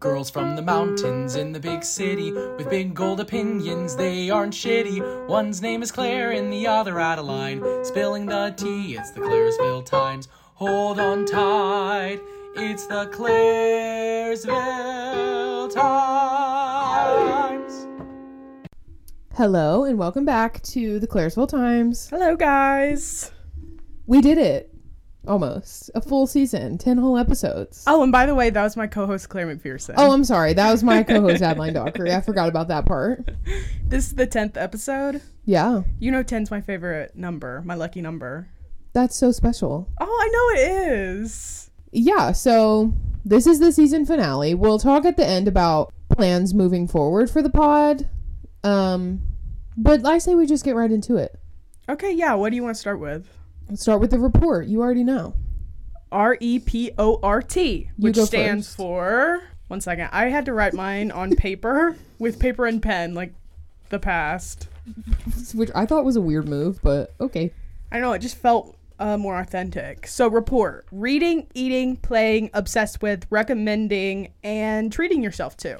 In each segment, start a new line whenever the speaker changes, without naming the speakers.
Girls from the mountains in the big city with big gold opinions, they aren't shitty. One's name is Claire and the other Adeline. Spilling the tea, it's the Claresville Times. Hold on tight, it's the Claresville Times.
Hello and welcome back to the Claresville Times.
Hello, guys.
We did it. Almost. A full season, 10 whole episodes.
Oh, and by the way, that was my co-host Claire McPherson.
Oh, I'm sorry. That was my co-host Adeline Dockery. I forgot about that part.
this is the tenth episode.
Yeah.
You know, 10's my favorite number, my lucky number.
That's so special.
Oh, I know it is.
Yeah, so this is the season finale. We'll talk at the end about plans moving forward for the pod. Um but I say we just get right into it.
Okay, yeah. What do you want to start with?
Let's start with the report. You already know.
R E P O R T, which
go
stands
first.
for. One second. I had to write mine on paper with paper and pen, like the past.
Which I thought was a weird move, but okay.
I know it just felt uh, more authentic. So report: reading, eating, playing, obsessed with, recommending, and treating yourself to.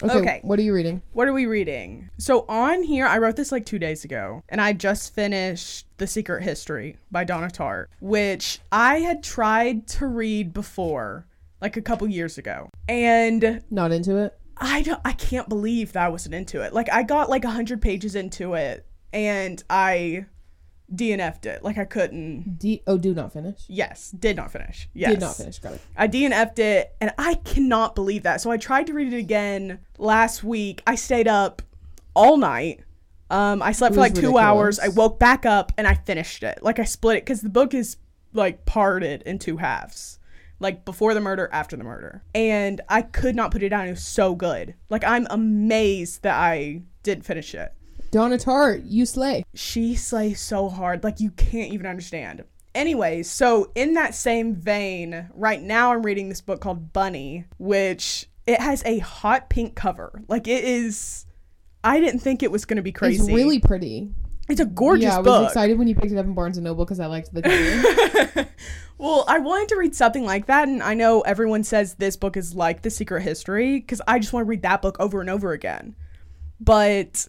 Okay.
Okay.
What are you reading?
What are we reading? So on here, I wrote this like two days ago, and I just finished The Secret History by Donna Tartt, which I had tried to read before, like a couple years ago, and
Not into it?
I don't, I can't believe that I wasn't into it. Like I got like hundred pages into it, and I DNF'd it. Like I couldn't.
D Oh, do not finish.
Yes, did not finish. Yes,
Did not finish. Got it.
I DNF'd it and I cannot believe that. So I tried to read it again last week. I stayed up all night. Um, I slept for
was
like two hours. I
ridiculous.
woke back up and I finished it. Like I split it because the book is like parted in two halves. Like before the murder, after the murder. And I could not put it down. It was so good. Like I'm amazed that I did finish it
Donna Tartt, you slay.
she slays so hard like you can't even understand anyways so in that same vein right now i'm reading this book called bunny which it has a hot pink cover like it is i didn't think it was going to be crazy
It's really pretty.
it's a gorgeous
yeah, I was
book
excited when you picked it up in Barnes and Noble because I liked the cover.
well i wanted to read something like that and i know everyone says this book is like the secret history because i just want to read that book over and over again but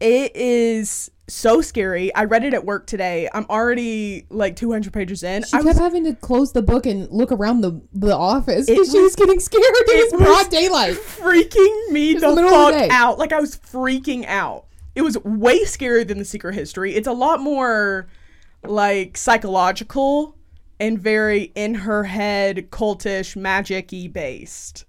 it is so scary. I read it at work today. I'm already like 200 pages in.
she
I
kept
was,
having to close the book and look around the the office because she was
was-
getting scared. It was
it was-
broad daylight.
freaking me
the
the,
middle of
fuck
the day.
out. Like I was freaking out. It was way scarier than the secret history. It's a lot more like psychological and very in her head cultish magic-y based.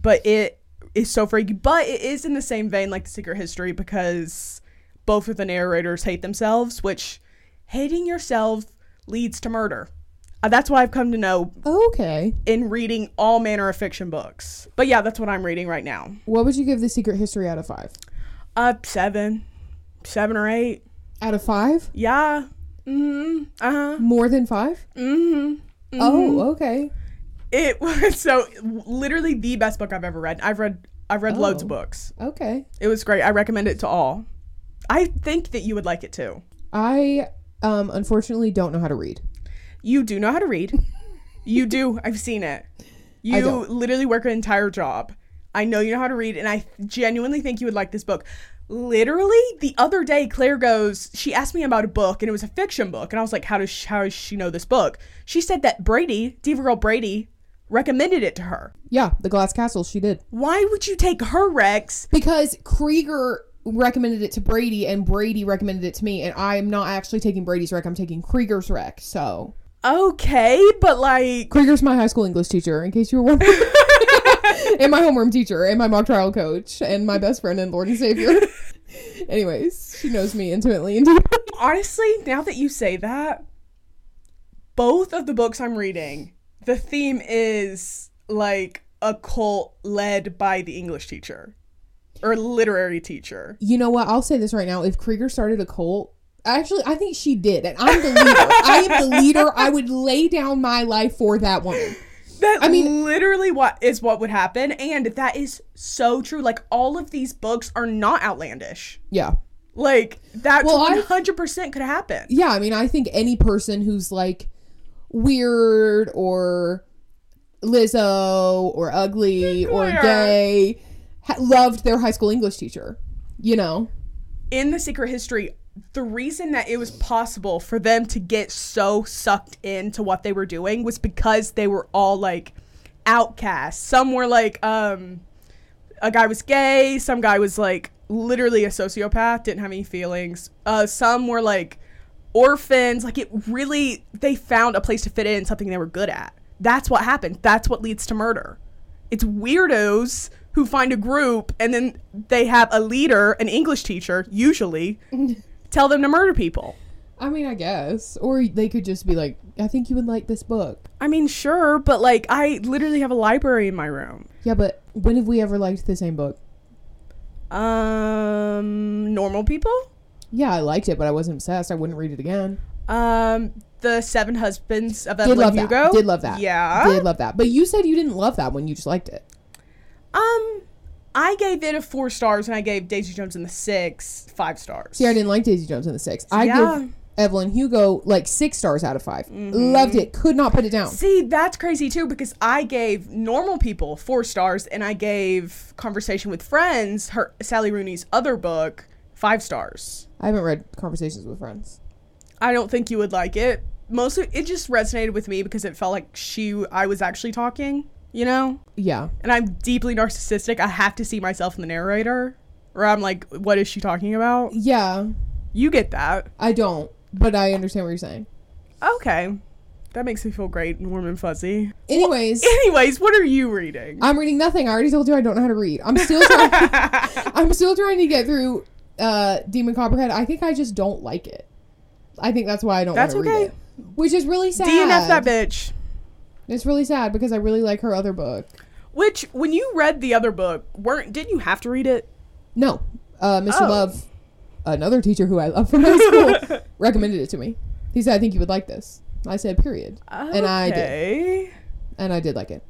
But it is so freaky. But it is in the same vein like the secret history because both of the narrators hate themselves, which hating yourself leads to murder. Uh, that's why I've come to know
Okay,
in reading all manner of fiction books. But yeah, that's what I'm reading right now.
what would you give the Secret History out of five?
Uh, seven, seven or eight.
Out of five?
Yeah. Mm. Uh huh.
More than 5
Mm.
Oh, okay.
It was so literally the best book I've ever read. I've read I've read loads of
Oh.
books.
Okay.
It was great. I recommend it to all. I think that you would like it too.
I um unfortunately don't know how to read.
You do know how to read. you do. I've seen it. You
don't.
literally work an entire job. I know you know how to read, and I genuinely think you would like this book. Literally, the other day, Claire goes. She asked me about a book, and it was a fiction book, and I was like, "How does she, how does she know this book?" She said that Brady, Diva Girl Brady, recommended it to her.
Yeah, The Glass Castle. She did
Why would you take her Rex?
because Krieger recommended it to Brady and Brady recommended it to me, and I'm not actually taking Brady's rec. I'm taking Krieger's rec. So
Okay, but like,
Krieger's my high school English teacher, in case you were wondering. and my homeroom teacher, and my mock trial coach, and my best friend and Lord and Savior. Anyways, she knows me intimately. And
honestly, now that you say that, both of the books I'm reading, the theme is like a cult led by the English teacher or literary teacher.
you know what? I'll say this right now. If Krieger started a cult, actually, I think she did, and I'm the leader. I am the leader. I would lay down my life for that woman.
That
I
I
mean-
mean, literally, what is what would happen, and that is so true. Like all of these books are not outlandish.
Yeah.
Like that
Well, I-
one hundred percent could happen.
yeah i mean i think any person who's like weird or Lizzo or ugly or
Claire.
gay ha- loved their high school English teacher. You know,
in the secret history the reason that it was possible for them to get so sucked into what they were doing was because they were all like outcasts some were like um a guy was gay some guy was like literally a sociopath didn't have any feelings uh some were like orphans like it really they found a place to fit in something they were good at that's what happened that's what leads to murder it's weirdos who find a group and then they have a leader, an English teacher, usually, tell them to murder people.
I mean, I guess, or they could just be like, I think you would like this book.
I mean, sure, but like, I literally have a library in my room.
Yeah, but when have we ever liked the same book?
Um, normal people?
Yeah, I liked it, but I wasn't obsessed. I wouldn't read it again.
Um, the Seven Husbands of
Did
Evelyn
love
Hugo?
that. Did love that.
Yeah.
Did love that. But you said you didn't love that one. You just liked it.
Um, I gave it a four stars and I gave Daisy Jones and the Six five stars.
See, I didn't like Daisy Jones and the Six. I
Yeah. Mm-hmm.
give Evelyn Hugo like six stars out of 5 Loved it. Could not put it down.
See, that's crazy too because I gave normal people four stars and I gave Conversation with Friends, her Sally Rooney's other book, five stars.
I haven't read Conversations with Friends.
I don't think you would like it. Mostly it just resonated with me because it felt like she I was actually talking, you know?
Yeah.
And I'm deeply narcissistic. I have to see myself in the narrator. Or I'm like, what is she talking about?
Yeah.
You get that.
I don't, but I understand what you're saying.
Okay. That makes me feel great and warm and fuzzy.
Anyways,
Anyways, what are you reading?
I'm reading nothing. I already told you I don't know how to read. I'm still trying I'm still trying to get through uh Demon Copperhead. I think I just don't like it. I think that's why I don't
That's
want to
okay.
read it. Which is really sad.
DNF that bitch.
It's really sad because I really like her other book.
Which, when you read the other book, weren't didn't you have to read it?
No, uh, Mr.
Oh.
Love, another teacher who I love from high school, recommended it to me. He said, "I think you would like this." I said, "Period," and I did,
Okay.
and I did like it.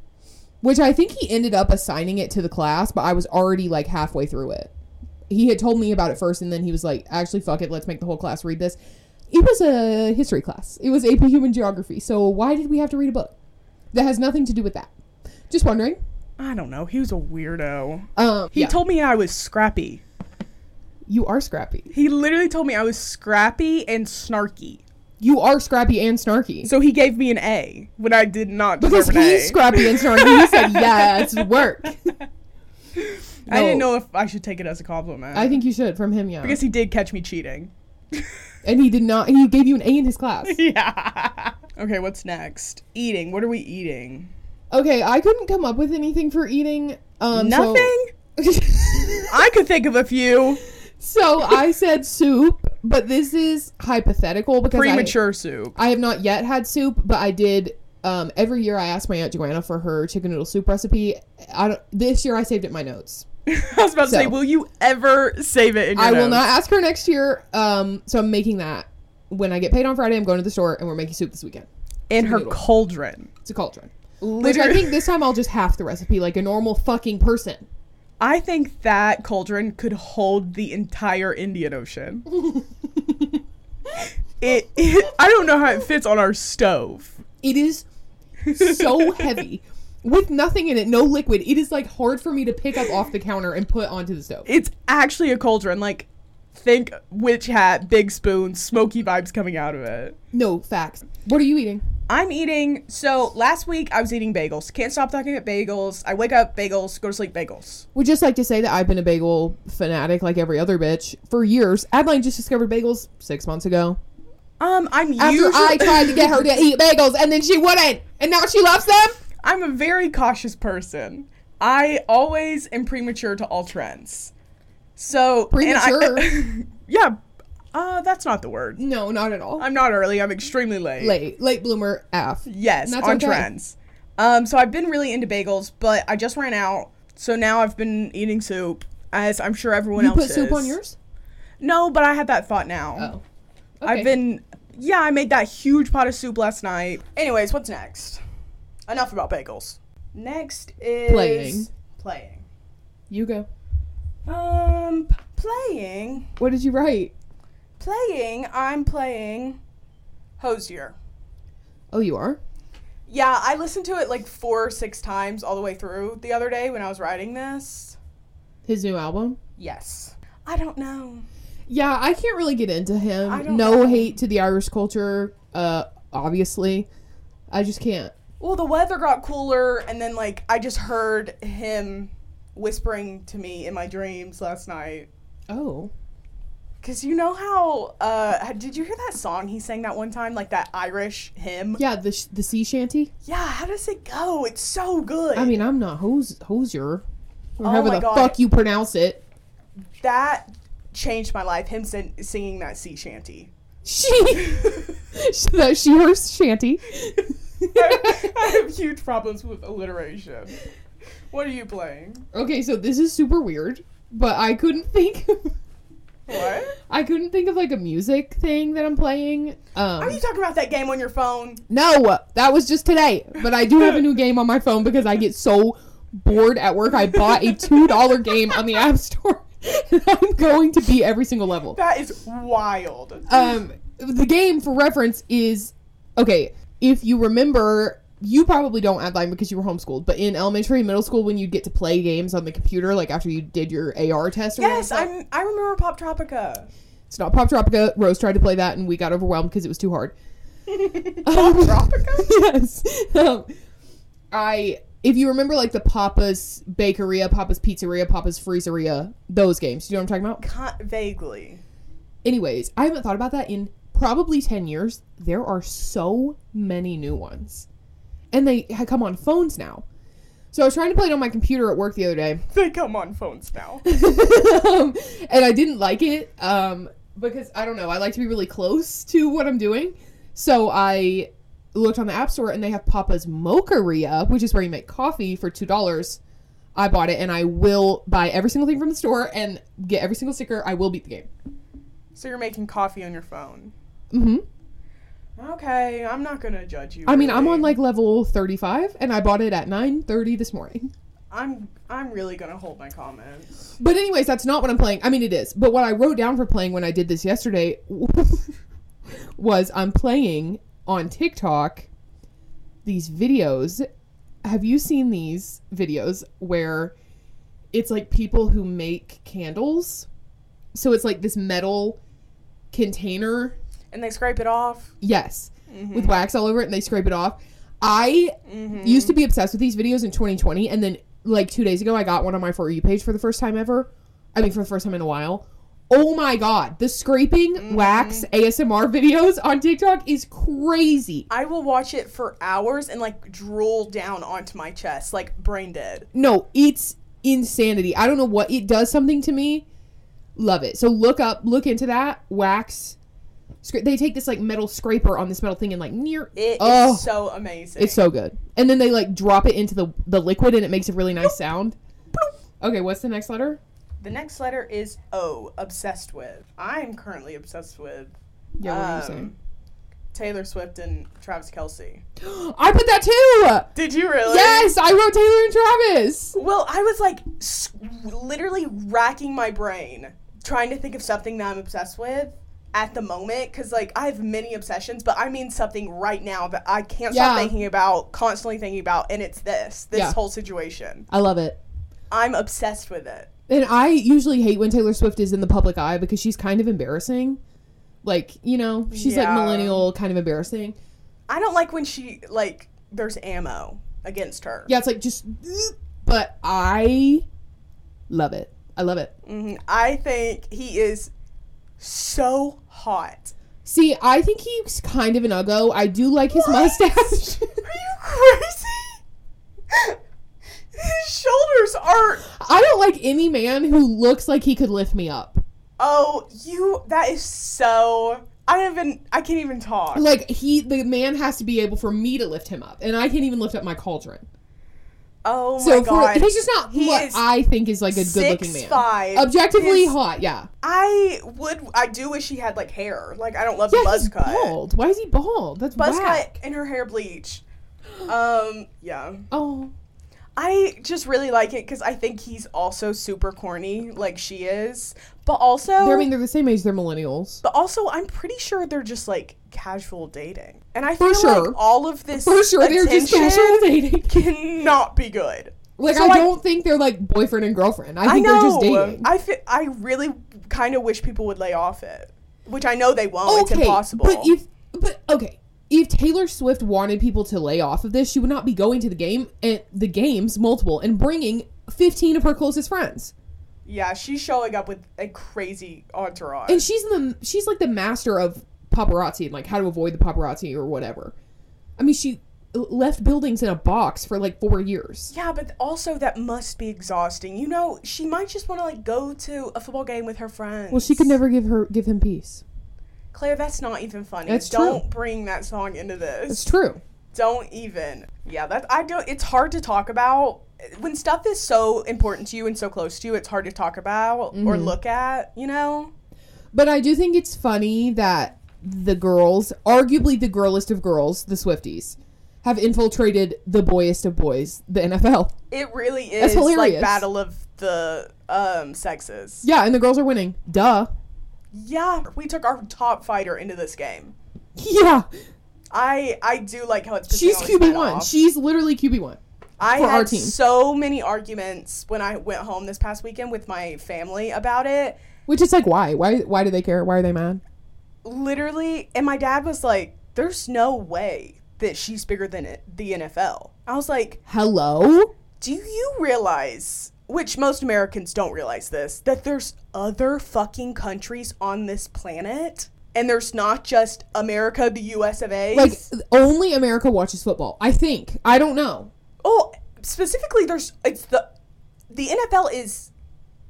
Which I think he ended up assigning it to the class, but I was already like halfway through it. He had told me about it first, and then he was like, "Actually, fuck it, let's make the whole class read this." It was a history class. It was AP Human Geography. So why did we have to read a book that has nothing to do with that? Just wondering.
I don't know. He was a weirdo.
Um,
He
yeah.
told me I was scrappy.
you are scrappy.
He literally told me I was scrappy and snarky.
You are scrappy and snarky.
So he gave me an A when I did not
Because
deserve an A.
he's scrappy and snarky. He said, "Yes, work."
I didn't
No,
know if I should take it as a compliment.
I think you should from him, yeah.
because he did catch me cheating.
and he did not. He gave you an A in his class.
yeah. Okay, what's next? Eating. What are we eating?
Okay, I couldn't come up with anything for eating. Um, so-
Nothing. I could think of a few
so I said soup, but this is hypothetical because I-
premature soup.
I have not yet had soup, but I did. Um, every year I asked my aunt Joanna for her chicken noodle soup recipe. I don't, this year I saved it in my notes.
I was about to say,
So-
will you ever save it in your
I will
notes?
not ask her next year. Um, so I'm making that when I get paid on Friday. I'm going to the store and we're making soup this weekend.
in her
noodle.
cauldron.
It's a cauldron. Which I
Literally,
think this time I'll just half the recipe like a normal fucking person.
I think that cauldron could hold the entire Indian Ocean. it, it, I don't know how it fits on our stove.
It is so heavy with nothing in it, no liquid. It is like hard for me to pick up off the counter and put onto the stove.
It's actually a cauldron. Like, think witch hat, big spoon, smoky vibes coming out of it.
No facts. What are you eating?
I'm eating. So last week I was eating bagels. Can't stop talking about bagels. I wake up bagels, go to sleep bagels.
Would just like to say that I've been a bagel fanatic like every other bitch for years. Adeline just discovered bagels six months ago.
Um, I'm
After
usually
I tried to get her to eat bagels and then she wouldn't, and now she loves them.
I'm a very cautious person. I always am premature to all trends. So and I-
Premature?
yeah, uh, that's not the word.
No, not at all.
I'm not early. I'm extremely late.
late, late bloomer F.
Yes,
That's
on
okay.
trends. Um, so I've been really into bagels, but I just ran out. So now I've been eating soup, as I'm sure everyone
You
else
put soup
is.
on yours?
No, but I had that thought now.
Oh,
I've been, yeah, I made that huge pot of soup last night. Anyways, what's next? Enough about bagels. Next is
Playing.
Playing.
You go.
Um, p- playing,
What did you write?
playing. I'm playing Hosier.
Oh, you are.
Yeah, I listened to it like four or six times all the way through the other day when I was writing this.
His new album.
Yes. I don't know.
Yeah, I can't really get into
I
him.
don't
No
know.
hate to the Irish culture, uh, obviously. I just can't.
Well, the weather got cooler, and then like I just heard him whispering to me in my dreams last night.
Oh,
Cause you know how uh did you hear that song he sang that one time like that Irish hymn?
yeah, the sh- the sea shanty.
Yeah, how does it go? It's so good.
I mean, I'm not hose hosier, or
Oh
however
my
the
God.
fuck you pronounce it.
that changed my life. Him sing- singing that sea shanty.
She, that she her shanty.
I have huge problems with alliteration. What are you playing?
okay, so this is super weird, but I couldn't think.
What?
I couldn't think of like a music thing that I'm playing.
Are
Um,
you talking about that game on your phone?
No, that was just today. But I do have a new game on my phone because I get so bored at work. I bought a $2 game on the App Store. And I'm going to beat every single level.
That is wild.
Um, the game, for reference, is okay. If you remember, you probably don't outline because you were homeschooled, but in elementary and middle school, when you'd get to play games on the computer, like after you did your AR test or
yes,
whatever,
I'm. I remember Pop Tropica.
it's not Pop Tropica. Rose tried to play that and we got overwhelmed because it was too hard. Um,
Pop Tropica.
yes. Um, I if you remember like the Papa's Bakeria, Papa's Pizzeria, Papa's Freezeria, those games. You know what I'm talking about?
Con- vaguely.
Anyways, I haven't thought about that in probably 10 years. There are so many new ones. And they ha- come on phones now. So I was trying to play it on my computer at work the other day.
They come on phones now.
um, and I didn't like it um, because I don't know. I like to be really close to what I'm doing. So I looked on the App Store and they have Papa's Mocharia, which is where you make coffee for two dollars. I bought it and I will buy every single thing from the store and get every single sticker. I will beat the game.
so you're making coffee on your phone.
hmm
Okay, I'm not gonna judge you.
I mean, I'm
really.
on like level 35 and I bought it at 9:30 this morning.
I'm. I'm really gonna hold my comments.
But anyways, that's not what I'm playing. I mean, it is. But what I wrote down for playing when I did this yesterday was I'm playing on TikTok these videos. Have you seen these videos where it's like people who make candles? So it's like this metal container
And they scrape it off.
Yes.
Mm-hmm.
With wax all over it and they scrape it off. I used to be obsessed with these videos in 2020 and then like 2 days ago I got one on my for you page for the first time ever. I mean for the first time in a while. Oh my god, the scraping
Mm-hmm.
wax ASMR videos on TikTok is crazy.
I will watch it for hours and like drool down onto my chest, like brain dead.
No, it's insanity. I don't know what it does something to me. Love it. So look up, look into that wax scra- they take this like metal scraper on this metal thing and like near
It is
Oh.
so amazing.
It's so good. And then they like drop it into the the liquid and it makes a really nice sound. Okay, what's the next letter?
the next letter is O, obsessed with. I'm currently obsessed with
Yeah, what are you
um,
saying?
Taylor Swift and Travis Kelsey.
I put that too.
Did you really?
Yes, I wrote Taylor and Travis.
Well, I was like s- literally racking my brain trying to think of something that I'm obsessed with at the moment because like I have many obsessions, but I mean something right now that I can't
Yeah.
stop thinking about, constantly thinking about, and it's this this
Yeah.
whole situation.
I love it.
I'm obsessed with it.
And I usually hate when Taylor Swift is in the public eye because she's kind of embarrassing. Like, you know, she's like
Yeah.
millennial, kind of embarrassing.
I don't like when she like there's ammo against her.
Yeah, it's like just but I love it. I love it.
Mhm. I think he is so hot.
See, I think he's kind of an uggo. I do like his mustache.
Are you crazy? His shoulders are
I don't like any man who looks like he could lift me up.
Oh, you that is so I don't even I can't even talk.
Like he, the man has to be able for me to lift him up, and I can't even lift up my cauldron.
Oh
So
my
for,
god.
he's just not
He
what
is
I think is like a good-looking man.
6'5".
Objectively
His-
hot, yeah.
I would I do wish he had like hair. Like I don't love
Yeah,
the buzz
he's
cut.
bald. Why is he bald? That's
Buzz
whack.
cut and her hair bleach. Um yeah.
Oh,
I just really like it because I think he's also super corny, like she is. But also,
They're- I mean, they're the same age. They're millennials.
but also, I'm pretty sure they're just like casual dating, and I
For
feel
sure.
like all of this
For sure, they're just
attention
casual dating.
cannot be good.
Like
So
I
I-
don't think they're like boyfriend and girlfriend. I
I
think
know.
they're just dating.
I fe- I really kind of wish people would lay off it, which I know they won't. it's impossible.
But if but okay, if Taylor Swift wanted people to lay off of this, she would not be going to the game and the games multiple and bringing 15 of her closest friends.
yeah, she's showing up with a crazy entourage.
And she's the she's like the master of paparazzi and like how to avoid the paparazzi or whatever. I mean, she left buildings in a box for like 4 years.
yeah, but also that must be exhausting. You know, she might just want to like go to a football game with her friends.
Well, she could never give her give him peace.
Claire, that's not even funny.
That's true.
don't bring that song into this.
It's true.
don't even. Yeah, that I don't. It's hard to talk about when stuff is so important to you and so close to you. It's hard to talk about
Mm-hmm.
or look at. You know.
But I do think it's funny that the girls, arguably the girlest of girls, the Swifties, have infiltrated the boyest of boys, the NFL.
It really
That's
is
hilarious.
like battle of the um sexes.
Yeah, and the girls are winning. Duh.
Yeah, we took our top fighter into this game.
Yeah.
I I do like how it's pissing
She's
all these men
QB1.
off.
She's literally QB1.
I
for
had
our team.
so many arguments when I went home this past weekend with my family about it.
Which is like, why? Why Why do they care? Why are they mad?
Literally, and my dad was like, "There's no way that she's bigger than it, the NFL." I was like,
Hello?
Do you realize, which most Americans don't realize this, that there's other fucking countries on this planet? And there's not just America, the US of A.
Like, only America watches football. I think. I don't know.
oh, specifically, there's, it's the, the NFL is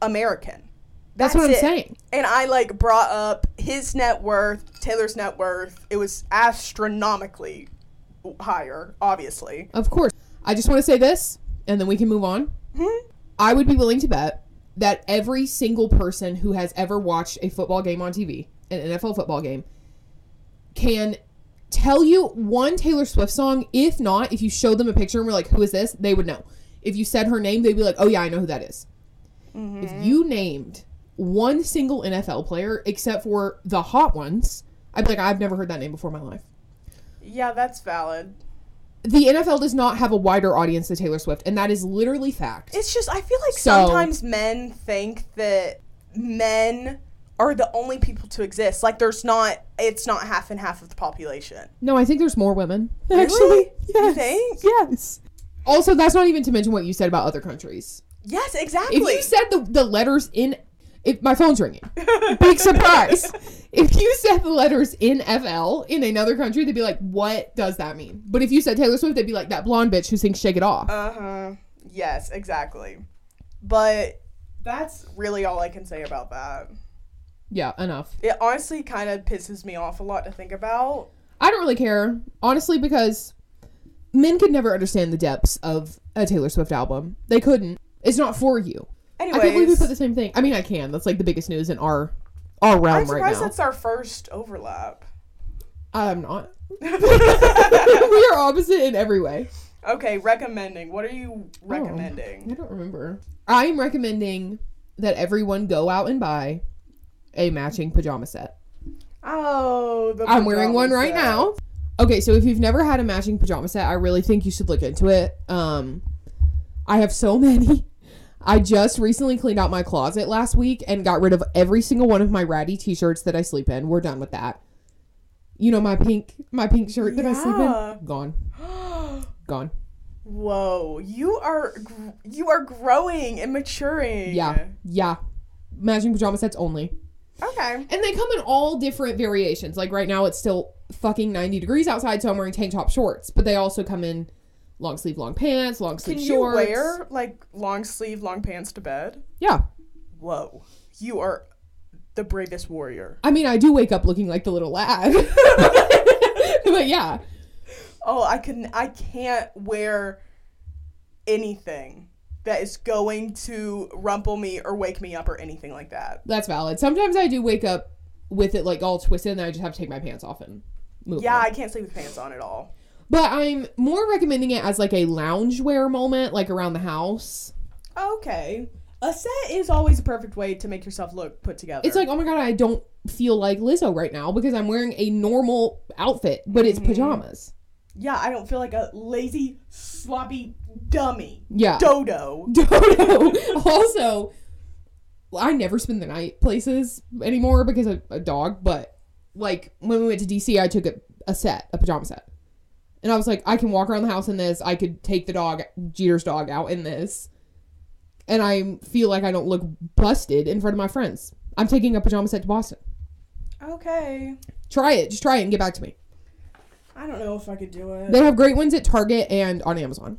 American.
That's, what I'm
it.
saying.
And I like brought up his net worth, Taylor's net worth. It was astronomically higher, obviously.
Of course. I just want to say this, and then we can move on. I would be willing to bet that every single person who has ever watched a football game on TV, an NFL football game, can tell you one Taylor Swift song. If not, if you showed them a picture and were like, who is this? They would know. If you said her name, they'd be like, oh, yeah, I know who that is." If you named one single NFL player except for the hot ones, I'd be like, I've never heard that name before in my life
Yeah, that's valid.
the NFL does not have a wider audience than Taylor Swift, and that is literally fact.
It's just I feel like
So-
sometimes men think that men are the only people to exist. Like there's not it's not half and half of the population.
No, I think there's more women.
Really?
Actually,
You
yes.
think?
Yes. Also, that's not even to mention what you said about other countries.
Yes,
If
exactly.
you said the, the letters in, if my phone's ringing, big surprise. If you said the letters in FL in another country, they'd be like, "What does that mean?" But if you said Taylor Swift, they'd be like that blonde bitch who sings "Shake It Off."
uh-huh. Yes, exactly. But that's really all I can say about that.
yeah, enough.
It honestly kind of pisses me off a lot to think about.
I don't really care, honestly, because men could never understand the depths of a Taylor Swift album. They couldn't. It's not for you. I can't believe we
Anyways,
put the same thing. I mean, I can. That's like the biggest news in our our realm
I'm
right
surprised
now.
that's our first overlap.
I'm not. we are opposite in every way.
Okay, recommending. What are you
Oh.
recommending?
I don't remember. I'm recommending that everyone go out and buy a matching pajama set.
Oh, the
I'm wearing one
pajama
right
set.
now. Okay, so if you've never had a matching pajama set, I really think you should look into it. Um, I have so many. I just recently cleaned out my closet last week and got rid of every single one of my ratty t-shirts that I sleep in. We're done with that. You know my pink my pink shirt that I
Yeah.
sleep in? Gone. Gone.
Whoa, you are gr- you are growing and maturing.
Yeah. Yeah. Matching pajama sets only.
Okay.
And they come in all different variations. Like right now, it's still fucking 90 degrees outside, so I'm wearing tank top shorts. But they also come in long sleeve, long pants, long sleeve
Can you
shorts.
wear like long sleeve, long pants to bed?
Yeah.
Whoa, you are the bravest warrior.
I mean, I do wake up looking like the little lad. but yeah.
Oh, I can I can't wear anything that is going to rumple me or wake me up or anything like that.
That's valid. Sometimes I do wake up with it like all twisted and I just have to take my pants off and move.
Yeah,
on.
I can't sleep with pants on at all.
But I'm more recommending it as like a loungewear moment, like around the house.
Okay. A set is always a perfect way to make yourself look put together.
It's like, oh my god, I don't feel like Lizzo right now because I'm wearing a normal outfit, but
Mm-hmm.
it's pajamas.
yeah, I don't feel like a lazy, sloppy dummy.
Yeah.
Dodo.
Dodo. also, I never spend the night places anymore because of a dog, but like when we went to DC, I took a, a set, a pajama set. And I was like, I can walk around the house in this. I could take the dog, Jeter's dog, out in this. And I feel like I don't look busted in front of my friends. I'm taking a pajama set to Boston.
Okay.
Try it. Just try it and get back to me.
I don't know if I could do it.
They have great ones at Target and on Amazon.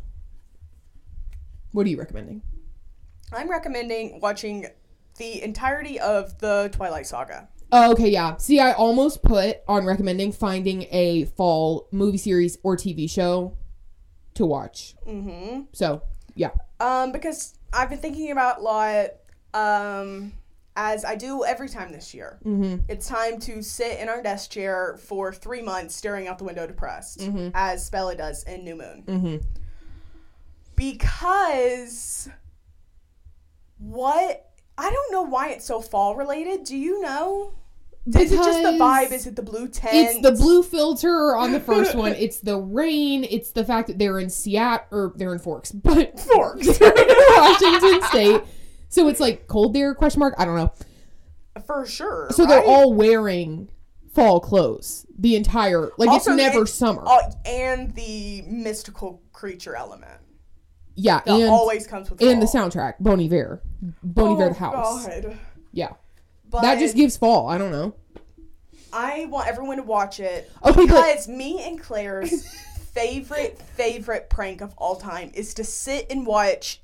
What are you recommending?
I'm recommending watching the entirety of the Twilight Saga.
Oh, okay, yeah. See, I almost put on recommending finding a fall movie series or TV show to watch.
Mm-hmm.
So, yeah.
Um, because I've been thinking about a lot, um, as I do every time this year.
Mm-hmm.
It's time to sit in our desk chair for three months staring out the window depressed, as Bella does in New Moon.
Mhm.
Because what I don't know why it's so fall related. Do you know? Is it just the vibe? Is it the blue tent?
It's the blue filter on the first one. It's the rain. It's the fact that they're in Seattle or they're in Forks, but
forks.
they're in Washington State. So it's like cold there? Question mark. I don't know.
For sure.
So they're
right?
all wearing fall clothes the entire like
Also,
it's never
it's
summer.
Oh, and the mystical creature element
yeah,
that
and
always comes with
and the
fall.
soundtrack Bon Iver, Bon Iver the house.
Oh God.
Yeah,
But
that just gives fall. I don't know.
I want everyone to watch it
Okay, but
because me and Claire's favorite favorite prank of all time is to sit and watch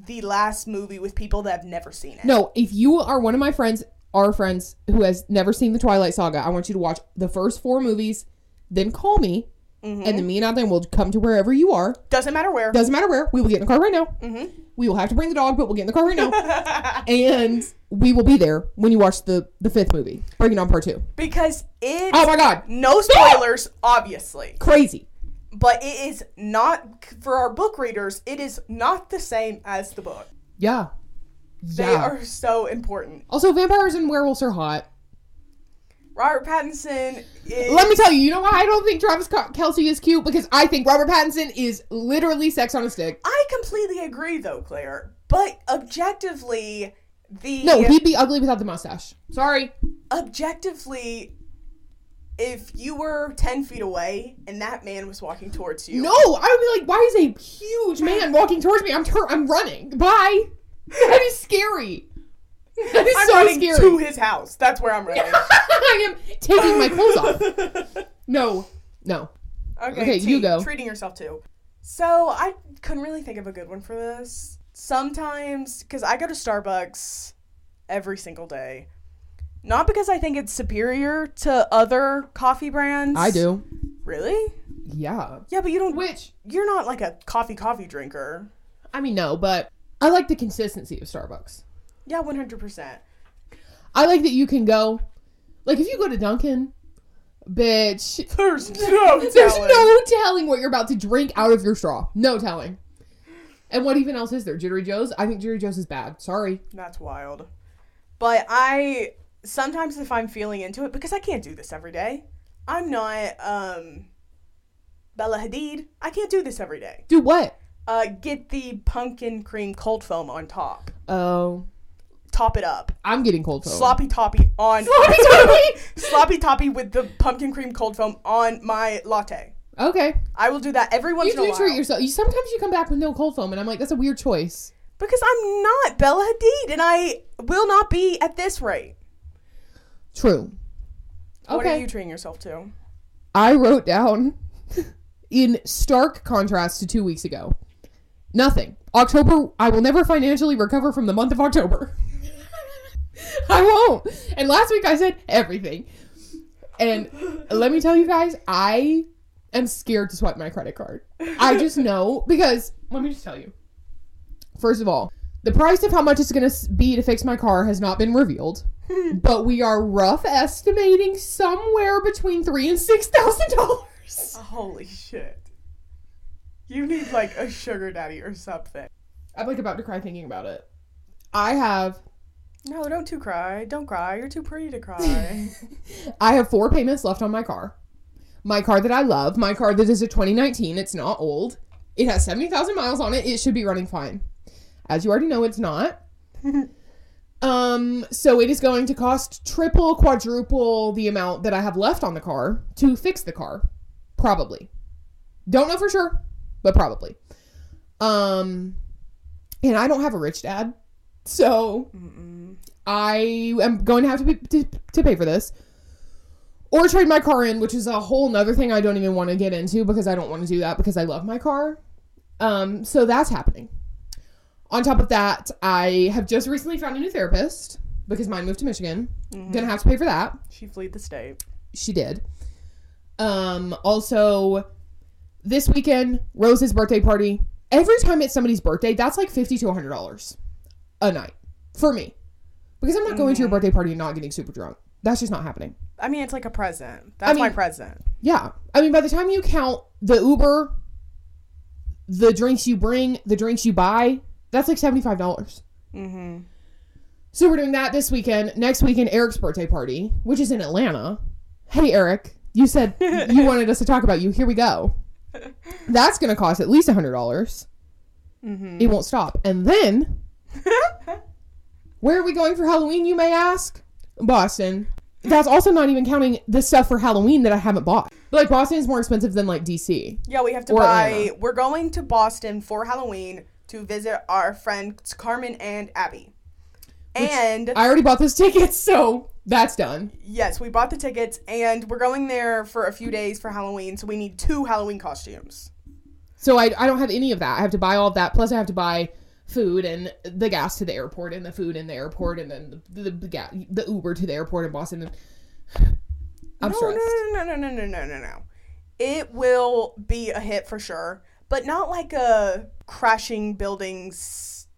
the last movie with people that have never seen it.
no, if you are one of my friends, our friends who has never seen the Twilight Saga, I want you to watch the first four movies, then call me, and
Mm-hmm.
then me and Adeline will come to wherever you are.
Doesn't matter where.
Doesn't matter where. We will get in the car right now.
Mm-hmm.
We will have to bring the dog, but we'll get in the car right now, and we will be there when you watch the the fifth movie, Breaking Down Part Two.
because it's
Oh my God,
no spoilers, obviously.
crazy!
But it is not for our book readers, it is not the same as the book.
Yeah, yeah.
They are so important.
also, vampires and werewolves are hot.
Robert Pattinson is
Let me tell you, you know why I don't think Travis Kelsey is cute? Because I think Robert Pattinson is literally sex on a stick.
I completely agree though, Claire. But objectively, the
No, he'd be ugly without the mustache. Sorry.
objectively, if you were ten feet away and that man was walking towards you,
No, I would be like, why is a huge man walking towards me? I'm tur- I'm running. Bye. That is scary. That is
I'm
so
running
scary.
to his house. That's where I'm running.
I am taking my clothes off. No, no.
okay,
Okay, you
T,
go.
Treating yourself too. So I couldn't really think of a good one for this. Sometimes, because I go to Starbucks every single day. Not because I think it's superior to other coffee brands.
do.
Really?
Yeah.
Yeah, but you don't
Which
you're not like a coffee coffee drinker.
I mean, no, but I like the consistency of Starbucks.
Yeah, one hundred percent.
I like that you can go, like if you go to Dunkin', bitch,
There's no
There's no telling what you're about to drink out of your straw. No telling. And what even else is there? Jittery Joe's? I think Jittery Joe's is bad. Sorry.
That's wild. But I sometimes if I'm feeling into it because I can't do this every day. I'm not um Bella Hadid. I can't do this every day.
Do what?
Uh get the pumpkin cream cold foam on top.
Oh,
Top it up.
I'm getting cold foam.
Sloppy toppy on
Sloppy toppy!
Sloppy toppy with the pumpkin cream cold foam on my latte.
Okay.
I will do that every once
You
in a
do
while.
treat yourself. You sometimes you come back with no cold foam, and I'm like, that's a weird choice.
Because I'm not Bella Hadid, and I will not be at this rate.
True.
What are
Okay.
you treating yourself to?
I wrote down in stark contrast to two weeks ago. Nothing. October, I will never financially recover from the month of October. I won't. And last week I said everything. And let me tell you guys, I am scared to swipe my credit card. I just know because, let me just tell you. First of all, the price of how much it's going to be to fix my car has not been revealed but we are rough estimating somewhere between three and six thousand dollars.
Holy shit. You need like a sugar daddy or something.
I'm like about to cry thinking about it. I have
No, don't too cry. Don't cry. You're too pretty to cry.
I have four payments left on my car. My car that I love, my car that is a 2019, it's not old. It has 70,000 miles on it. It should be running fine. As you already know, it's not. um, so it is going to cost triple, quadruple the amount that I have left on the car to fix the car. Probably. Don't know for sure, but probably. Um, and I don't have a rich dad. So I am going to have to, be, to, to pay for this or trade my car in, which is a whole nother thing I don't even want to get into because I don't want to do that because I love my car. Um, so that's happening. On top of that, I have just recently found a new therapist because mine moved to Michigan. Gonna have to pay for that.
she fled the state.
She did. Um, also, this weekend, Rose's birthday party. Every time it's somebody's birthday, that's like fifty to hundred dollars a night for me, because I'm not going to your birthday party and not getting super drunk. That's just not happening.
I mean, it's like a present. That's my
mean-
present.
Yeah. I mean, by the time you count the Uber, the drinks you bring, the drinks you buy, that's like $75. dollars
Mm-hmm.
So we're doing that this weekend. Next weekend, Eric's birthday party, which is in Atlanta. Hey, Eric, you said you wanted us to talk about you. Here we go. That's going to cost at least $100. dollars
Mhm.
It won't stop. And then, where are we going for Halloween, you may ask? Boston. That's also not even counting the stuff for Halloween that I haven't bought. Like, Boston is more expensive than, like, DC.
Yeah, we have to
Or
buy.
Atlanta.
We're going to Boston for Halloween to visit our friends Carmen and Abby. and
I already bought those tickets, so that's done.
yes, we bought the tickets and we're going there for a few days for Halloween, so we need two Halloween costumes.
So I, I don't have any of that. I have to buy all of that. Plus, I have to buy food and the gas to the airport and the food in the airport and then the the, the, ga- the Uber to the airport in Boston. I'm
no,
stressed.
no, no, no, no, no, no, no, no. It will be a hit for sure, but not like a crashing buildings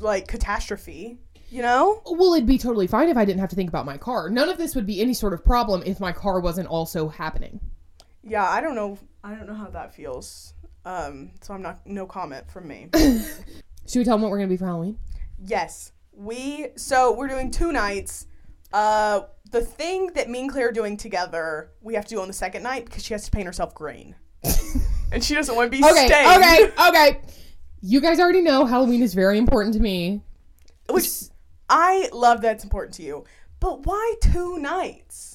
like catastrophe, you know?
Well, it'd be totally fine if I didn't have to think about my car. None of this would be any sort of problem if my car wasn't also happening.
Yeah, I don't know. I don't know how that feels. Um, so I'm not no comment from me.
Should we tell them what we're gonna be for Halloween?
Yes. We so we're doing two nights. Uh the thing that me and Claire are doing together, we have to do on the second night because she has to paint herself green. and she doesn't want to be
Okay,
stained.
okay, okay. You guys already know Halloween is very important to me.
Which I love that's important to you. But why two nights?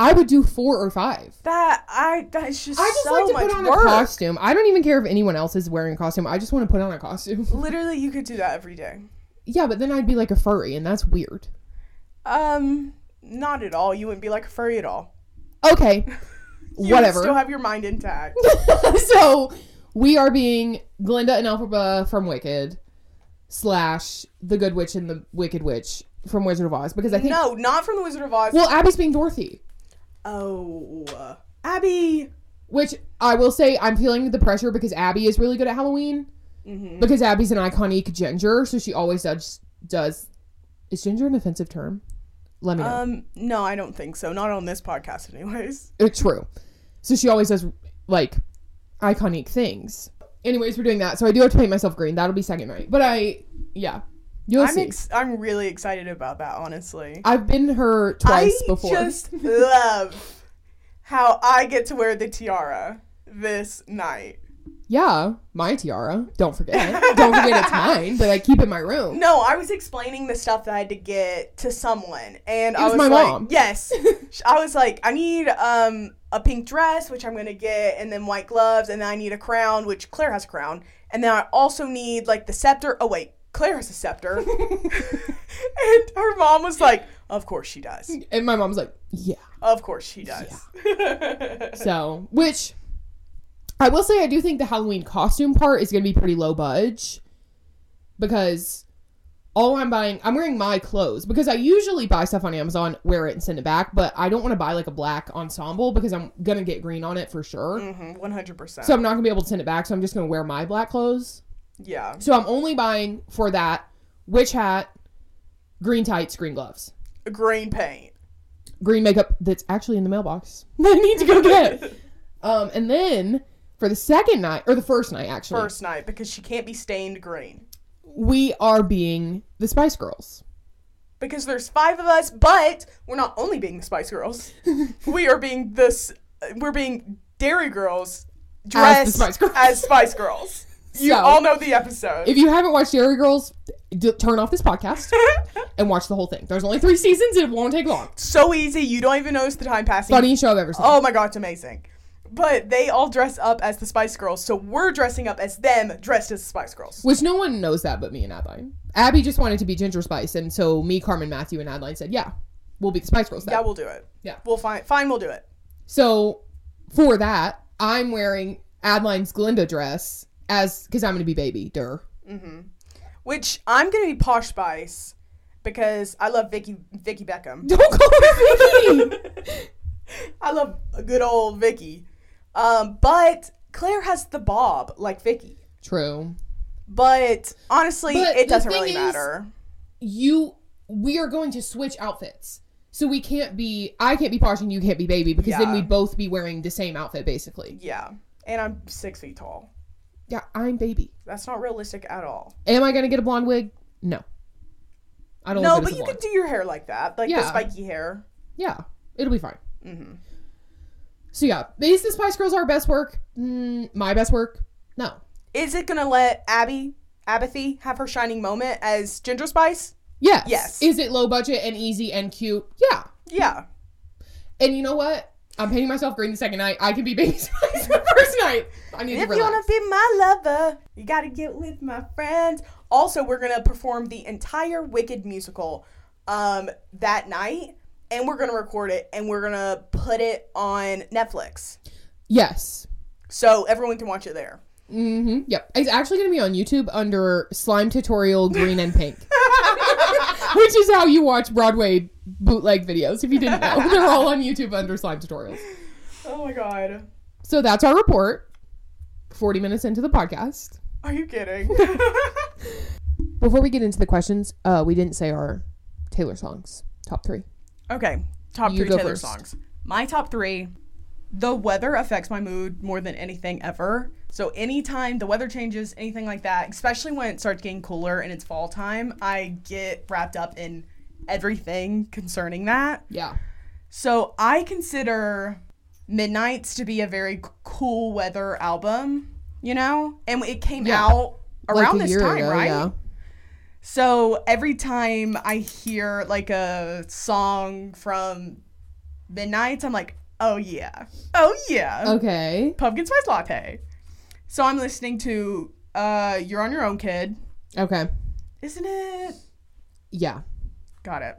I would do four or five.
That I that is just,
I just
so
like to
much
put on
work.
a costume. I don't even care if anyone else is wearing a costume. I just want to put on a costume.
Literally you could do that every day.
yeah, but then I'd be like a furry, and that's weird.
Um not at all. You wouldn't be like a furry at all.
Okay,
You would
whatever.
still have your mind intact.
so we are being Glinda and Elphaba from Wicked, slash the Good Witch and the Wicked Witch from Wizard of Oz, because I think
no, not from the Wizard of Oz.
well Abby's being Dorothy,
Oh, uh, Abby.
which I will say I'm feeling the pressure because Abby is really good at Halloween,
Mhm.
because Abby's an iconic ginger, so she always does does. Is ginger an offensive term? Let me know.
Um, no, I don't think so. Not on this podcast, anyways.
It's true. So she always does like iconic things. Anyways, we're doing that. So I do have to paint myself green. That'll be second night. But I, yeah, you'll
I'm
see.
ex- I'm really excited about that, honestly.
I've been her twice
I
before.
just love how I get to wear the tiara this night.
Yeah, my tiara. Don't forget it. Don't forget it's mine. But I keep it in my room.
No, I was explaining the stuff that I had to get to someone, and I
was
was
my
like,
mom.
"Yes." I was like, "I need um a pink dress, which I'm gonna get, and then white gloves, and then I need a crown, which Claire has a crown, and then I also need like the scepter. Oh wait, Claire has a scepter." and her mom was like, "Of course she does.
And my mom's like, yeah.
Of course she does."
So, which I will say, I do think the Halloween costume part is going to be pretty low budge because all I'm buying, I'm wearing my clothes because I usually buy stuff on Amazon, wear it, and send it back. But I don't want to buy like a black ensemble because I'm going to get green on it for sure.
Mm-hmm, One hundred percent.
So, I'm not going to be able to send it back. So, I'm just going to wear my black clothes.
Yeah.
So, I'm only buying for that witch hat, green tights, green gloves,
Green paint.
green makeup that's actually in the mailbox that I need to go get. Um, and then for the second night or the first night actually.
First night because she can't be stained green.
We are being the Spice Girls.
Because there's five of us, but we're not only being the Spice Girls. we are being this. We're being Dairy Girls dressed as
Spice
Spice
Girls.
Girls. You
So-
all know the episode.
If you haven't watched Dairy Girls, d- turn off this podcast and watch the whole thing. There's only three seasons. It won't take long.
so easy, you don't even notice the time passing.
Funniest show I've ever seen.
Oh my god, it's amazing. But they all dress up as the Spice Girls, so we're dressing up as them dressed as the Spice Girls.
Which no one knows that but me and Adeline. Abby just wanted to be Ginger Spice, and so me, Carmen, Matthew, and Adeline said, "Yeah, we'll be the Spice Girls." Then.
Yeah, we'll do it.
Yeah.
We'll find fine, we'll do it.
So for that, I'm wearing Adeline's Glinda dress as because I'm gonna be baby. Dur.
Which I'm gonna be posh spice because I love Vicky Vicky Beckham.
Don't call her baby.
I love a good old Vicky. Um, but Claire has the bob like Vicky.
True.
But honestly,
But
it
the
doesn't
thing
really
is-
matter.
You, we are going to switch outfits. So we can't be. I can't be posh and you can't be baby because then
Yeah.
we'd both be wearing the same outfit basically.
Yeah. And I'm six feet tall.
Yeah, I'm baby.
That's not realistic at all.
Am I gonna get a blonde wig? No. I don't.
No,
look good
but
as a
you
blonde.
can do your hair like that, like the
Yeah.
spiky hair.
Yeah, it'll be fine.
Mm-hmm.
So yeah, is the Spice Girls our best work? Mm, my best work? No.
Is it gonna let Abby Apathy have her shining moment as Ginger Spice?
Yes.
Yes.
Is it low budget and easy and cute? Yeah.
Yeah.
And you know what? I'm painting myself green the second night. I can be baby Spice the first night. I need
If
to
you
relax.
wanna be my lover, you gotta get with my friends. Also, we're gonna perform the entire Wicked musical um, that night, and we're gonna record it, and we're gonna put it on Netflix,
yes.
so everyone can watch it there.
hmm Yep. It's actually going to be on YouTube under slime tutorial green and pink, which is how you watch Broadway bootleg videos. If you didn't know, they're all on YouTube under slime tutorials.
Oh my god,
So that's our report. 40 minutes into the podcast.
are you kidding?
Before we get into the questions, uh, we didn't say our Taylor songs top three.
Okay, top
You
three
go
Taylor
first.
songs. My top three. The weather affects my mood more than anything ever. So anytime the weather changes, anything like that, especially when it starts getting cooler and it's fall time, I get wrapped up in everything concerning that.
Yeah,
So I consider Midnight's to be a very c- cool weather album, you know? And it came
Yeah.
out
Like
around
a
this
year
time,
ago,
right?
yeah.
So every time I hear like a song from Midnight, I'm like, oh yeah, oh yeah,
Okay.
pumpkin spice latte. So I'm listening to uh, "You're on Your Own, Kid,"
Okay.
isn't it?
Yeah.
Got it.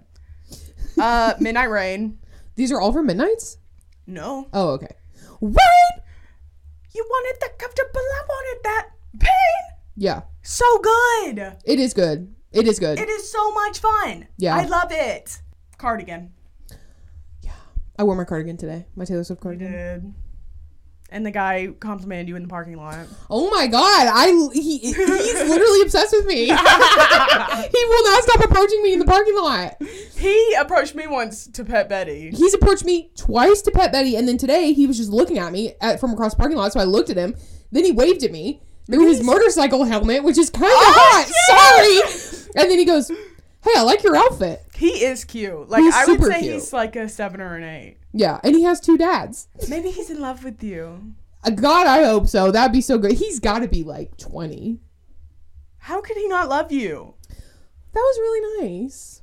Uh, "Midnight Rain."
These are all from Midnight's.
No,
Oh, okay. What?
you wanted that comfortable, I wanted that pain.
Yeah,
So good.
it is good. It is good.
It is so much fun.
Yeah.
I love it. Cardigan.
I wore my cardigan today. My Taylor Swift cardigan.
Dude. And the guy complimented you in the parking lot.
Oh my god! I he he's literally obsessed with me. he will not stop approaching me in the parking lot.
He approached me once to pet Betty.
He's approached me twice to pet Betty, and then today he was just looking at me at, from across the parking lot. So I looked at him. Then he waved at me through his motorcycle helmet, which is kind of hot. Sorry. And then he goes, "Hey, I like your outfit."
He is cute. Like
He's
I would
super
say
cute.
he's like a seven or an eight.
Yeah, and he has two dads.
Maybe he's in love with you.
Uh, God, I hope so. That'd be so good. He's got to be like twenty.
How could he not love you?
That was really nice.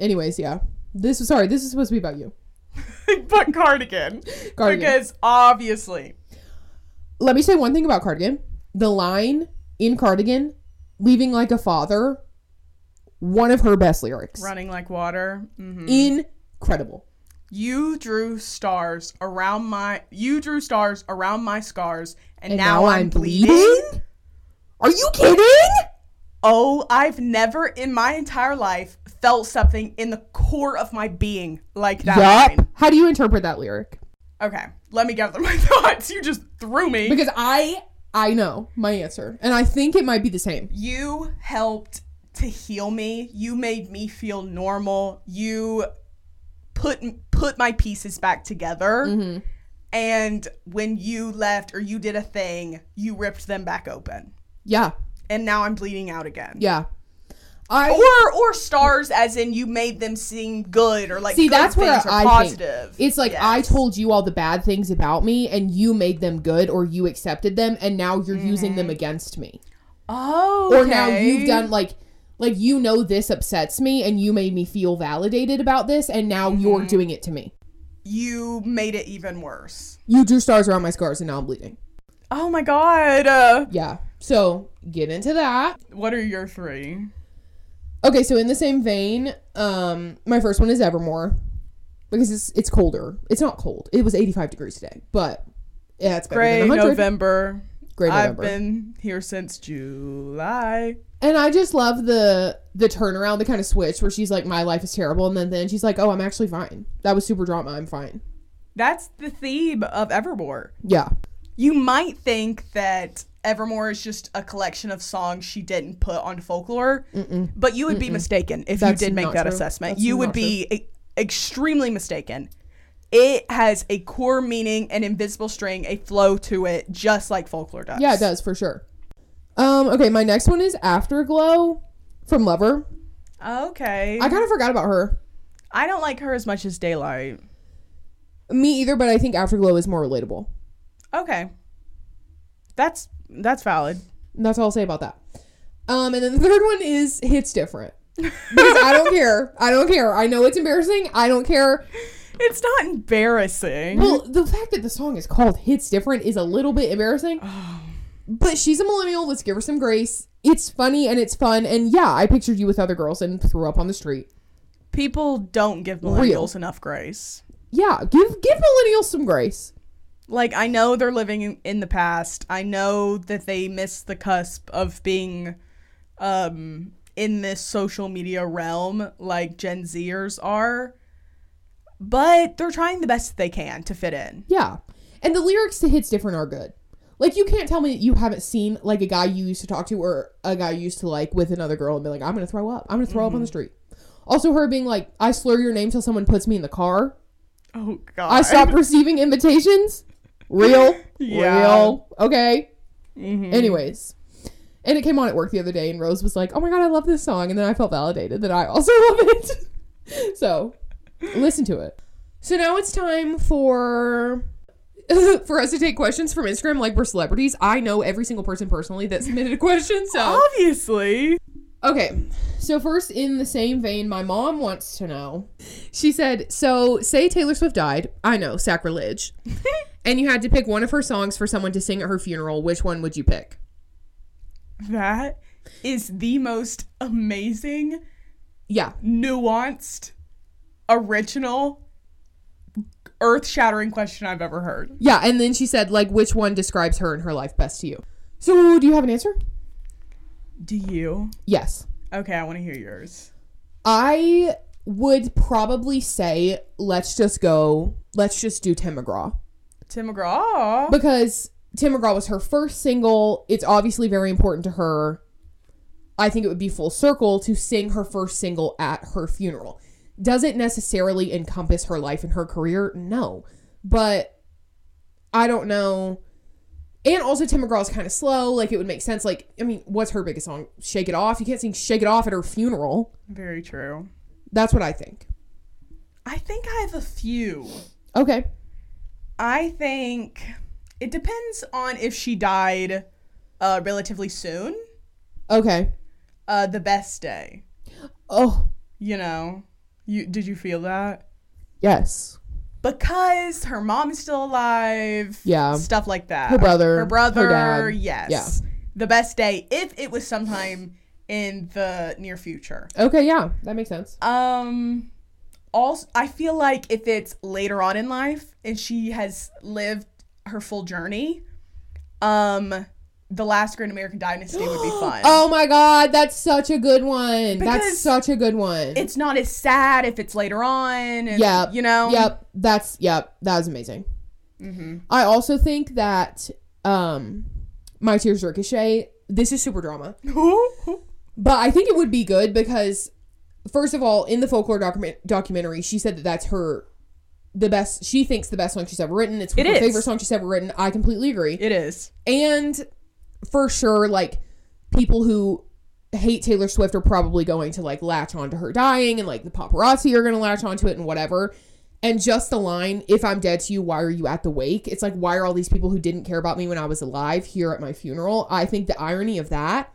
Anyways, yeah. This was sorry. This is supposed to be about you.
but cardigan.
Cardigan.
Because obviously.
Let me say one thing about cardigan. The line in cardigan, leaving like a father. One of her best lyrics.
Running like water. hmm
incredible.
You drew stars around my you drew stars around my scars and,
And
now, I'm bleeding.
Are you kidding?
Oh, I've never in my entire life felt something in the core of my being like that.
Yup.
line.
How do you interpret that lyric?
Okay, let me gather my thoughts. You just threw me.
Because I I know my answer, and I think it might be the same.
you helped to heal me. You made me feel
Mm-hmm.
normal. You put put my pieces back together. and when you left or you did a thing, you ripped them back open.
Yeah.
And now I'm bleeding out again.
Yeah. I
Or or stars as in you made them seem good or like
see
good
that's where
things or
I
positive.
think it's like I
Yes.
told you all the bad things about me, and you made them good, or you accepted them, and now you're using them against me.
Oh
Or now you've
Mm-hmm. okay.
done like like you know this upsets me, and you made me feel validated about this, and now you're
Mm-hmm.
doing it to me.
you made it even worse.
You drew stars around my scars, and now I'm bleeding.
Oh my god. Uh,
Yeah. So get into that.
what are your three?
Okay, so in the same vein, um, my first one is Evermore because it's it's colder. It's not cold. It was 85 degrees today, but yeah, it's better
Gray
than 100.
November.
Gray
I've
November.
been here since July.
and I just love the the turnaround, the kind of switch where she's like, "My life is terrible," and then then she's like, "Oh, I'm actually fine. That was super drama. I'm fine."
That's the theme of Evermore.
Yeah,
You might think that Evermore is just a collection of songs she didn't put on folklore, but you would be mistaken if
That's
you did make
not
that
true.
assessment.
That's
you would
not
be e- extremely mistaken. It has a core meaning, an invisible string, a flow to it, just like folklore does.
yeah, it does for sure. Um, okay, my next one is Afterglow from Lover.
Okay.
I kind of forgot about her.
I don't like her as much as Daylight.
Me either, but I think Afterglow is more relatable.
Okay. That's that's valid.
That's all I'll say about that. Um, and then the third one is hits different because I don't care. I don't care. I know it's embarrassing. I don't care.
It's not embarrassing.
Well, the fact that the song is called hits different is a little bit embarrassing. But she's a millennial. Let's give her some grace. It's funny and it's fun. And yeah, I pictured you with other girls and threw up on the street.
People don't give millennials enough grace.
Yeah, give give millennials some grace.
Like I know they're living in, in the past. I know that they miss the cusp of being um in this social media realm like Gen Zers are. But they're trying the best they can to fit in.
Yeah. And the lyrics to hits different are good. Like you can't tell me that you haven't seen like a guy you used to talk to or a guy you used to like with another girl and be like, I'm gonna throw up. I'm gonna throw up on the street. Also her being like, I slur your name till someone puts me in the car.
Oh
I
god.
stop receiving invitations. Real.
Yeah.
Real. Okay.
Mhm.
Anyways. And it came on at work the other day and Rose was like, Oh my god, I love this song and then I felt validated that I also love it. so listen to it. So now it's time for for us to take questions from Instagram like we're celebrities. I know every single person personally that submitted a question,
Oh,
so
Obviously.
Okay. So first in the same vein, my mom wants to know. She said, "So say Taylor Swift died, I know, sacrilege. and you had to pick one of her songs for someone to sing at her funeral, which one would you pick?"
That is the most amazing
Yeah.
nuanced, original, earth shattering question I've ever heard.
Yeah, and then she said like which one describes her and her life best to you. So, do you have an answer?
Do you?
Yes.
Okay, I want to hear yours.
I would probably say let's just go, let's just do Tim McGraw.
Tim McGraw.
because Tim McGraw was her first single. It's obviously very important to her. I think it would be full circle to sing her first single at her funeral. Does it necessarily encompass her life and her career? No. But I don't know. And also, Tim McGraw's kind of slow. Like, it would make sense. Like, I mean, what's her biggest song? Shake It Off. You can't sing Shake It Off at her funeral.
Very true.
That's what I think.
I think I have a few.
Okay.
I think it depends on if she died uh, relatively soon.
Okay.
Uh, the best day.
Oh,
You know, you did you feel that?
yes.
Because her mom is still alive.
Yeah.
stuff like that.
Her brother,
her brother,
her dad.
yes,
Yeah.
the best day if it was sometime in the near future.
Okay. Yeah. That makes sense.
Um, also, I feel like if it's later on in life and she has lived her full journey, um, the last Great American Dynasty would be fun.
Oh my god, that's such a good one. that's
Because
such a good one.
It's not as sad if it's later on. And,
yep.
you know. Mm-hmm.
Yep. That's yep. That was amazing. I also think that um my tears ricochet. This is super drama, but I think it would be good because first of all, in the folklore document documentary, she said that that's her the best. She thinks the best song she's ever written. It's
It
her
is.
favorite song she's ever written. I completely agree.
It is.
and for sure, like people who hate Taylor Swift are probably going to like latch onto her dying, and like the paparazzi are going to latch onto it, and whatever. And just the line, "If I'm dead to you, why are you at the wake?" It's like, why are all these people who didn't care about me when I was alive here at my funeral? I think the irony of that,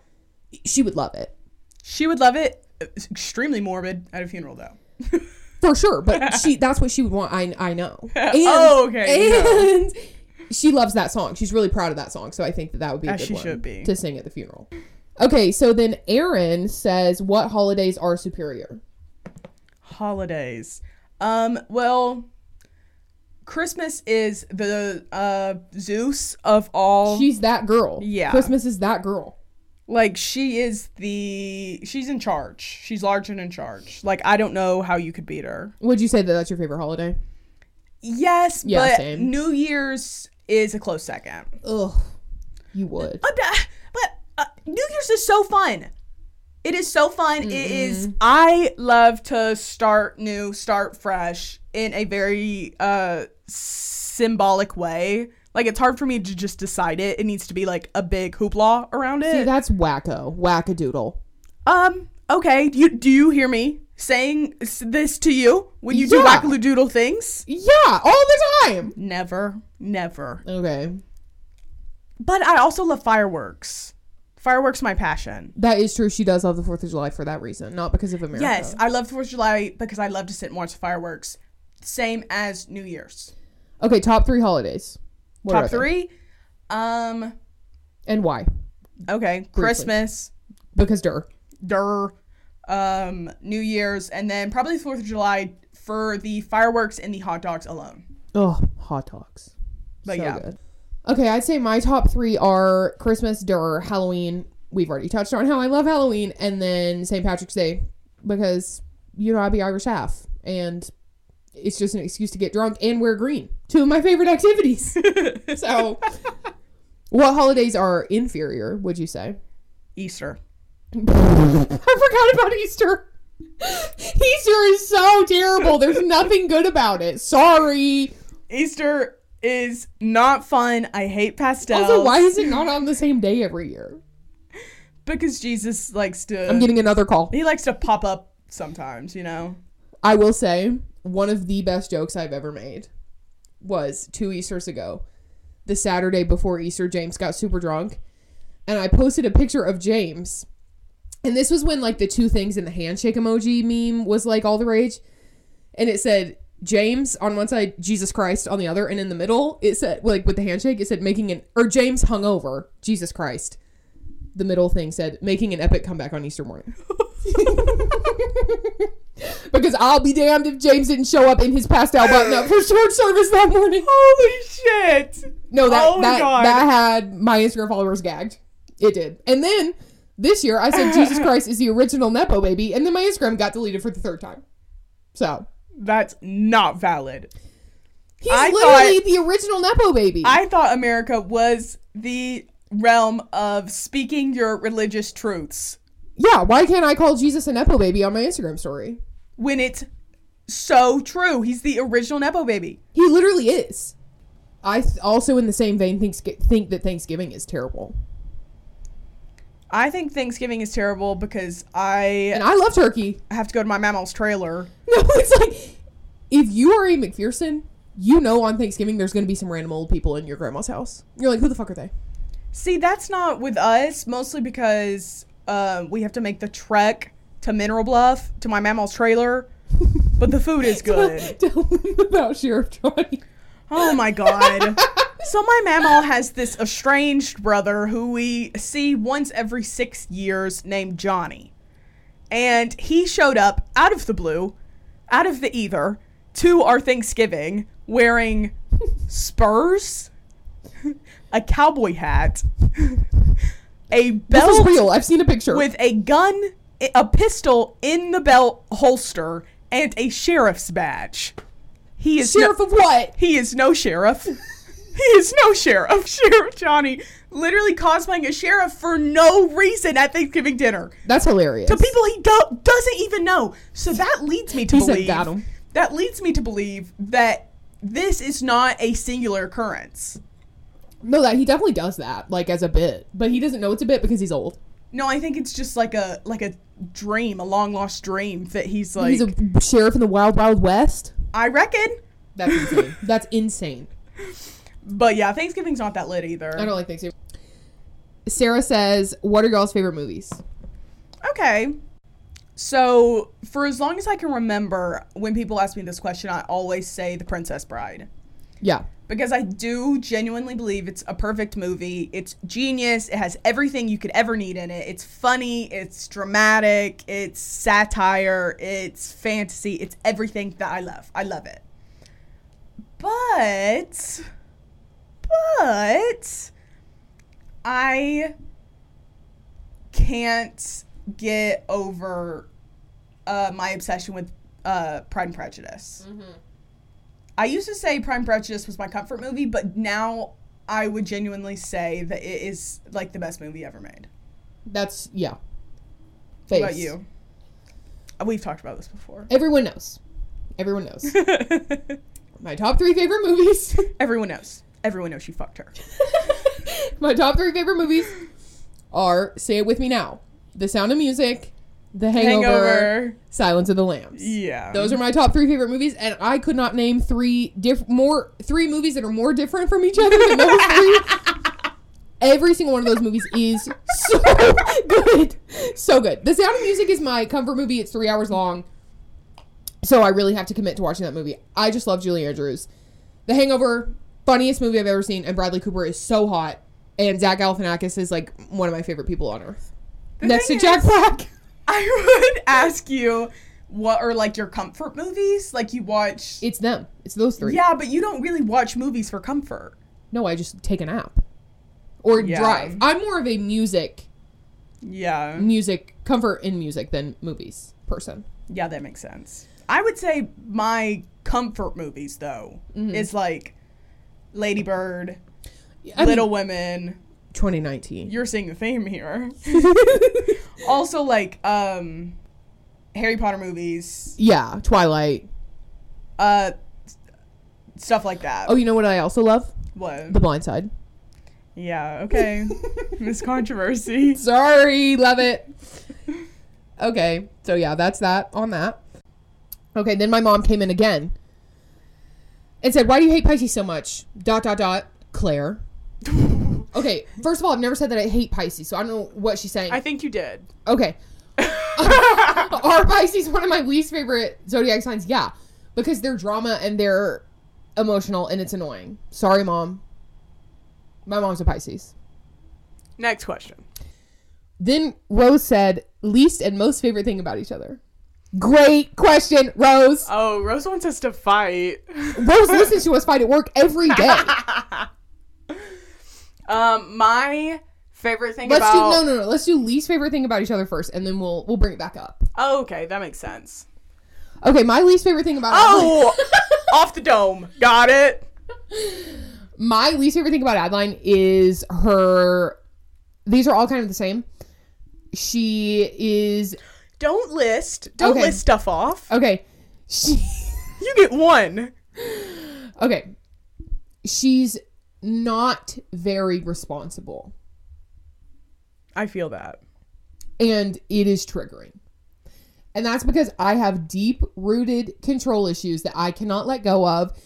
she would love it.
She would love it. It's extremely morbid at a funeral, though.
for sure but she that's what she would want i, I know and,
Oh, okay, you know.
and she loves that song she's really proud of that song so i think that that would be a
As
good
she
one
should be.
to sing at the funeral okay so then aaron says what holidays are superior
Holidays. Um. Well, Christmas is the uh, Zeus of all.
she's that girl
Yeah.
christmas is that girl
like she is the. She's in charge. She's large and in charge. Like I don't know how you could beat her.
would you say that that's your favorite holiday
Yes,
Yeah,
but
same.
New Year's is a close second.
ugh you would
I'm not- but uh, New Year's is so fun. It is so fun. It is. I love to start new, start fresh in a very uh, symbolic way. Like it's hard for me to just decide it. It needs to be like a big hoopla around
See,
it.
that's wacko wackadoodle
um. Okay. Do you do you hear me saying s- this to you when you do
Yeah.
wackadoodle things?
yeah all the time
Never. Never.
okay
But I also love fireworks. Fireworks, my passion.
that is true she does love the fourth of july for that reason not because of america
Yes, I love Fourth of July because I love to sit and watch fireworks. Same as New Year's.
okay top three holidays What are
Top
they?
three. Um.
and why
Okay. Christmas.
because der
Durr. Um. New Year's, and then probably Fourth of July for the fireworks and the hot dogs alone.
oh hot dogs
But
so
yeah.
good okay i'd say my top three are christmas der halloween we've already touched on how i love halloween and then st patrick's day because you know i be irish half and it's just an excuse to get drunk and wear green two of my favorite activities so what holidays are inferior would you say
Easter.
I forgot about Easter. Easter is so terrible. There's nothing good about it. Sorry.
Easter is not fun. I hate pastels.
Also, why is it not on the same day every year?
Because Jesus likes to.
I'm getting another call.
he likes to pop up sometimes. You know.
I will say, one of the best jokes I've ever made was two Easters ago, the Saturday before Easter, James got super drunk. And I posted a picture of James. And this was when, like, the two things in the handshake emoji meme was, like, all the rage. And it said, James on one side, Jesus Christ on the other. And in the middle, it said, like, with the handshake, it said, making an, or James hungover, Jesus Christ. The middle thing said, making an epic comeback on Easter morning. Because I'll be damned if James didn't show up in his pastel button up for short service that morning.
Holy shit.
No, that
Oh my
that
God.
that had my Instagram followers gagged. It did. And then this year I said Jesus Christ is the original Nepo baby, and then my Instagram got deleted for the third time. So
That's not valid.
he's
I
literally the original Nepo baby.
I thought America was the realm of speaking your religious truths
yeah, why can't I call Jesus a Nepo baby on my Instagram story?
when it's so true. He's the original Nepo baby.
He literally is. I th- also, in the same vein, think think that Thanksgiving is terrible,
I think Thanksgiving is terrible because I
and I love turkey.
have to go to my mammal's trailer.
No, it's like if you are a McPherson, you know on Thanksgiving there's going to be some random old people in your grandma's house. You're like, who the fuck are they?
See, that's not with us, mostly because uh, we have to make the trek to Mineral Bluff to my mammal's trailer, but the food is good.
Tell them about Sheriff Johnny.
Oh my god. so my mammal has this estranged brother who we see once every 6 years named Johnny. And he showed up out of the blue, out of the ether to our Thanksgiving wearing spurs, a cowboy hat, a
This is
belt
real. I've seen a picture.
Oh, with a gun, a pistol in the belt holster and a sheriff's badge. He is no-
Sheriff of what?
he is no sheriff. he is no sheriff. Sheriff Johnny literally cosplaying a sheriff for no reason at Thanksgiving dinner.
That's hilarious.
The people he do- doesn't even know. So that leads me to
He said,
believe
"Got 'em."
that leads me to believe that this is not a singular occurrence.
No, that he definitely does that, like as a bit, but he doesn't know it's a bit because he's old.
No, I think it's just like a like a dream, a long lost dream that he's like.
he's a sheriff in the wild, wild west.
I reckon.
That's insane. That's insane.
But yeah, Thanksgiving's not that lit either.
I don't like Thanksgiving. Sarah says, "What are y'all's favorite movies?"
Okay. So, for as long as I can remember, when people ask me this question, I always say The Princess Bride.
Yeah,
Because I do genuinely believe it's a perfect movie. It's genius. It has everything you could ever need in it. It's funny. It's dramatic. It's satire. It's fantasy. It's everything that I love. I love it. But, but, I can't get over uh, my obsession with uh, Pride and Prejudice. I used to say Prime Prejudice was my comfort movie, but now I would genuinely say that it is like the best movie ever made.
that's yeah.
What
Face.
about you? Uh, We've talked about this before.
Everyone knows. Everyone knows. My top three favorite movies.
Everyone knows. Everyone knows she fucked her.
My top three favorite movies are Say It With Me Now, The Sound of Music, The Hangover,
Hangover.
Silence of the Lambs.
Yeah.
Those are my top three favorite movies, and I could not name three diff- more three movies that are more different from each other than those three. Every single one of those movies is so good, so good. The Sound of Music is my comfort movie. It's three hours long, so I really have to commit to watching that movie. I just love Julie Andrews. The Hangover, funniest movie I've ever seen, and Bradley Cooper is so hot, and Zach Galifianakis is like one of my favorite people on earth, next to
thing
Jack
is-
Black.
I would ask you what are like your comfort movies? Like you watch.
It's them. It's those three.
Yeah, but you don't really watch movies for comfort.
No, I just take a nap or
Yeah.
drive. I'm more of a music,
Yeah.
music comfort in music than movies person.
Yeah, that makes sense. I would say my comfort movies though is like Lady Bird,
I mean,
Little Women.
2019.
You're seeing the theme here. also, like um, Harry Potter movies,
Yeah, Twilight.
uh, s- stuff like that.
Oh, you know what I also love?
what?
The Blind Side.
yeah. Okay. Miss controversy.
Sorry, love it. Okay, so yeah, that's that on that. Okay, then my mom came in again and said, "Why do you hate Pisces so much?" Dot dot dot. Claire. Okay, first of all, I've never said that I hate Pisces, so I don't know what she's saying.
think you did.
Okay. Are Pisces one of my least favorite zodiac signs? Yeah, because they're drama and they're emotional and it's annoying. Sorry, mom. My mom's a Pisces.
Next question.
Then Rose said, least and most favorite thing about each other. Great question, Rose.
Oh, Rose wants us to fight.
Rose listens to us fight at work every day.
Um, my favorite thing
Let's do no, no, no. Let's do least favorite thing about each other first, and then we'll we'll bring it back up.
Oh, okay, that makes sense.
Okay, my least favorite thing about
Oh, off the dome. Got it.
my least favorite thing about Adeline is her. These are all kind of the same. She is
Don't list. Don't
Okay.
list stuff off.
okay. She
Uh, You get one.
okay. She's not very responsible,
I feel that.
and it is triggering. And that's because I have deep rooted control issues that I cannot let go of,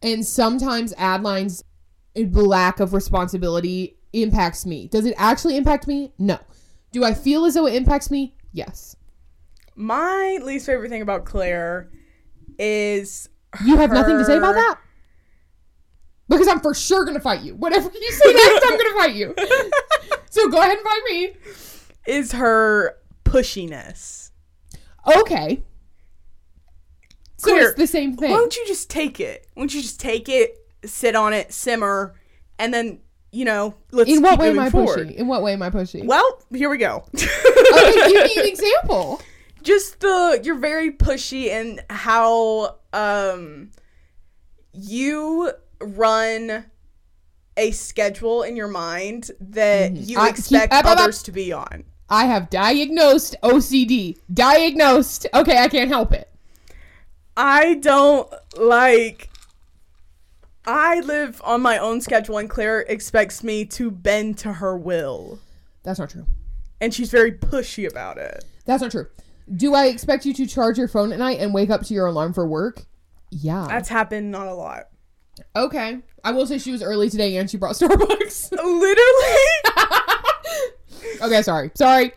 and sometimes Adeline's lack of responsibility impacts me. Does it actually impact me? No. Do I feel as though it impacts me? Yes.
My least favorite thing about Claire is
You have nothing to say about
her-
that? Because I'm for sure gonna fight you. Whatever you say next, I'm gonna fight you. So go ahead and fight me.
is her pushiness.
Okay. So
Clear.
it's the same thing.
Won't you just take it? Won't you just take it, sit on it, simmer, and then you know let's
In what
keep
way am
moving
I
forward.
pushy? In what way am I pushy?
Well, here we go.
Okay, give me an example.
just the you're very pushy and how um you run a schedule in your mind that you
Mm-hmm. I keep-
expect
up, up, up.
others to be on.
I have diagnosed OCD. Diagnosed. Okay, I can't help it.
I don't like I live on my own schedule, and Claire expects me to bend to her will.
That's not true.
And she's very pushy about it.
That's not true. Do I expect you to charge your phone at night and wake up to your alarm for work? Yeah.
That's happened not a lot.
okay. I will say she was early today and she brought Starbucks.
Literally,
okay, sorry. Sorry.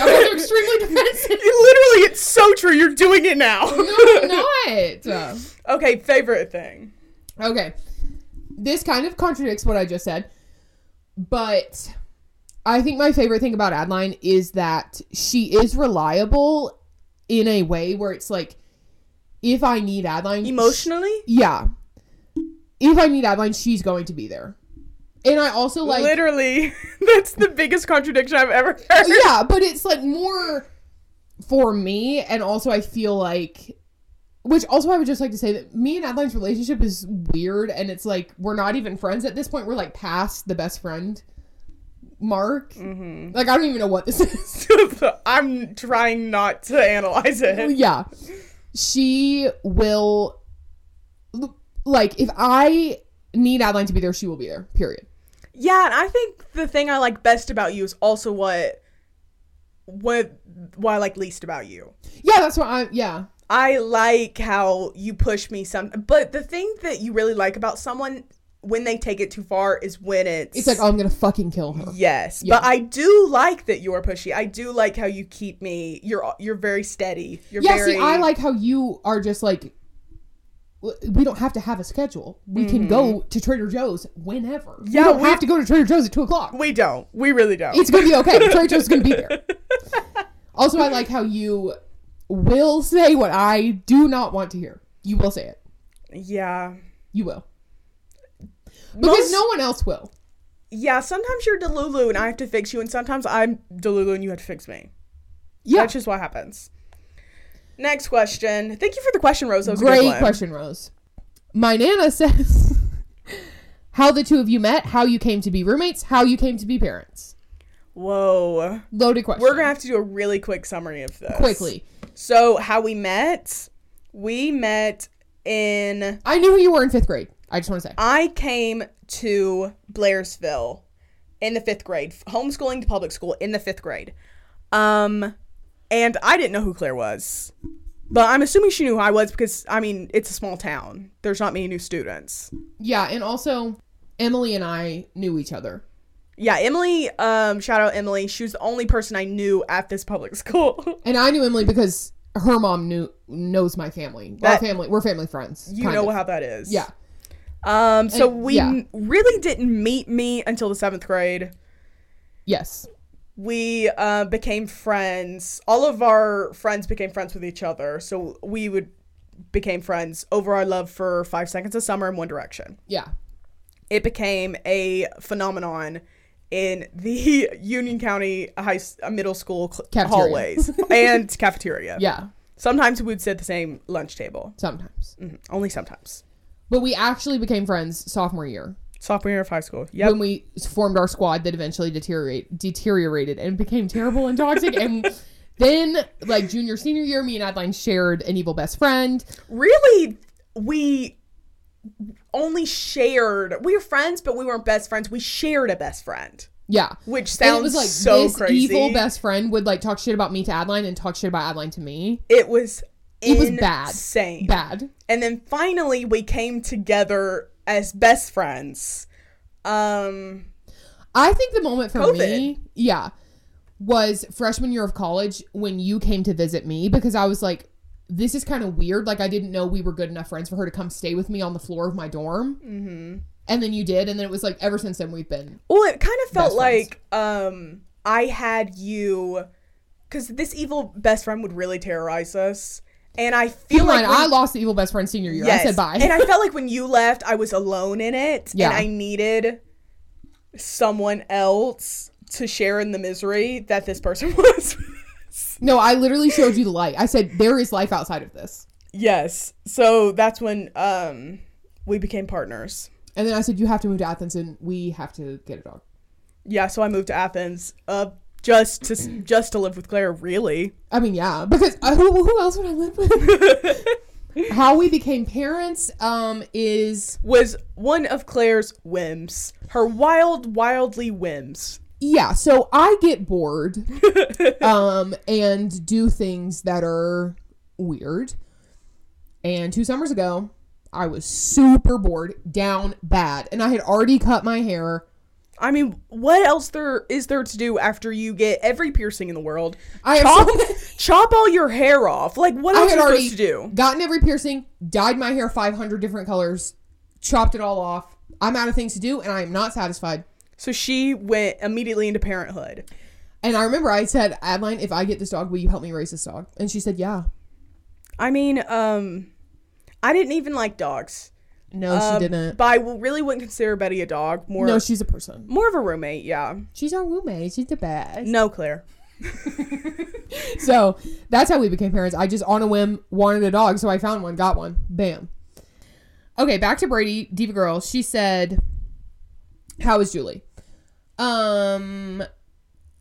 I'm also extremely defensive.
literally, it's so true. You're doing it now.
No, I'm not.
okay, favorite thing.
Okay. This kind of contradicts what I just said, but I think my favorite thing about Adeline is that she is reliable in a way where it's like, if I need Adeline,
Emotionally,
yeah. If I need Adeline, she's going to be there. And I also like,
literally, that's the biggest contradiction I've ever heard.
yeah, but it's like more for me, and also I feel like, which also I would just like to say that me and Adeline's relationship is weird, and it's like we're not even friends at this point. We're like past the best friend mark. Like I don't even know what this is.
I'm trying not to analyze it.
yeah, she will. Like if I need Adeline to be there, she will be there. Period.
Yeah, and I think the thing I like best about you is also what what what I like least about you.
Yeah, that's what I. Yeah,
I like how you push me some but the thing that you really like about someone when they take it too far is when it's
it's like oh, I'm gonna fucking kill her.
Yes,
Yeah.
but I do like that you are pushy. I do like how you keep me. You're you're very steady. You're
Yeah,
very
see, I like how you are just like, w- we don't have to have a schedule. We can go to Trader Joe's whenever.
Mm-hmm. Yeah,
we don't
we-
have to go to Trader Joe's at two o'clock.
We don't. We really don't.
It's gonna be okay. Trader Joe's gonna be there. Also, I like how you will say what I do not want to hear. You will say it.
yeah.
You will because
Most-
no one else will.
Yeah, sometimes you're Delulu and I have to fix you, and sometimes I'm Delulu and you have to fix me.
Yeah,
That's just what happens. Next question. Thank you for the question, Rose. That was a good
great
one.
question, Rose. My nana says. How the two of you met, how you came to be roommates, how you came to be parents.
Whoa.
Loaded question.
We're gonna have to do a really quick summary of this.
quickly.
So how we met? We met in
I knew who you were in fifth grade. I just want to say.
I came to Blairsville in the fifth grade, homeschooling to public school in the fifth grade. Um, and I didn't know who Claire was, but I'm assuming she knew who I was because I mean it's a small town. There's not many new students.
Yeah, and also Emily and I knew each other.
Yeah, Emily. Um, shout out Emily. She was the only person I knew at this public school.
And I knew Emily because her mom knew knows my family.
That-
Our family we're family friends.
you
kind
know
of.
how that is.
Yeah.
Um. So
And-
we
yeah.
n- really didn't meet me until the seventh grade.
Yes.
we uh, became friends. All of our friends became friends with each other. So we would became friends over our love for Five Seconds of Summer and One Direction.
Yeah.
It became a phenomenon in the Union County high s- uh, middle school cl-
Cafeteria.
hallways and cafeteria.
Yeah.
Sometimes we'd sit at the same lunch table.
Sometimes.
Mhm. Only sometimes.
But we actually became friends sophomore year
Sophomore year of high school. Yep.
when we formed our squad that eventually deteriorate deteriorated and became terrible and toxic and then like junior senior year me and Adeline shared an evil best friend.
really we only shared we were friends but we weren't best friends we shared a best friend
Yeah.
which
And
sounds
it was like
so
this
crazy
evil best friend would like talk shit about me to Adeline and talk shit about Adeline to me.
it was
It was bad.
insane
Bad.
and then finally we came together as best friends um
I think the moment for
COVID.
me, yeah, was freshman year of college when you came to visit me because I was like, this is kind of weird. Like I didn't know we were good enough friends for her to come stay with me on the floor of my dorm. Mm-hmm. And then you did, and then it was like ever since then we've been.
well it kind of felt
Best friends.
like um i had you because this evil best friend would really terrorize us and i
Keep
feel
in
like
mind,
when-
I lost the evil best friend senior year. I said bye.
and I felt like when you left, I was alone in it,
Yeah.
and I needed someone else to share in the misery that this person was.
no, I literally showed you the light. I said there is life outside of this,
yes, so that's when um we became partners.
and then I said you have to move to Athens and we have to get a dog.
Yeah, so I moved to Athens, uh, just to just to live with Claire. Really,
I mean, yeah, because uh, who, who else would I live with? How we became parents um, is
was one of Claire's whims. Her wild, wildly whims.
yeah. So I get bored, um, and do things that are weird. And two summers ago, I was super bored, down bad, and I had already cut my hair.
I mean, what else there is there to do after you get every piercing in the world?
I have
chop,
so-
chop all your hair off. Like, what
I
else
had
are
already
you supposed to do?
gotten every piercing, dyed my hair 500 different colors, chopped it all off. I'm out of things to do, and I am not satisfied.
So she went immediately into parenthood.
And I remember I said, Adeline, if I get this dog, will you help me raise this dog? And she said, Yeah.
I mean, um, I didn't even like dogs.
No,
Um,
she didn't.
But I w- really wouldn't consider Betty a dog. More,
No, she's a person.
more of a roommate. Yeah.
She's our roommate. She's the best.
No, Claire.
So that's how we became parents. I just, on a whim, wanted a dog. So I found one, got one. Bam. Okay, back to Brady, Diva Girl. She said, How is Julie? Um,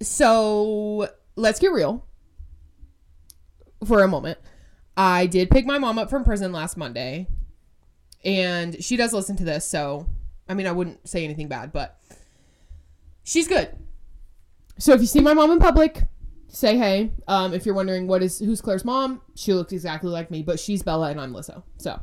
so let's get real for a moment. I did pick my mom up from prison last Monday, and she does listen to this. So, I mean, I wouldn't say anything bad, but she's good. So, if you see my mom in public, say hey. Um, if you're wondering what is who's Claire's mom, she looks exactly like me, but she's Bella and I'm Lissa. So,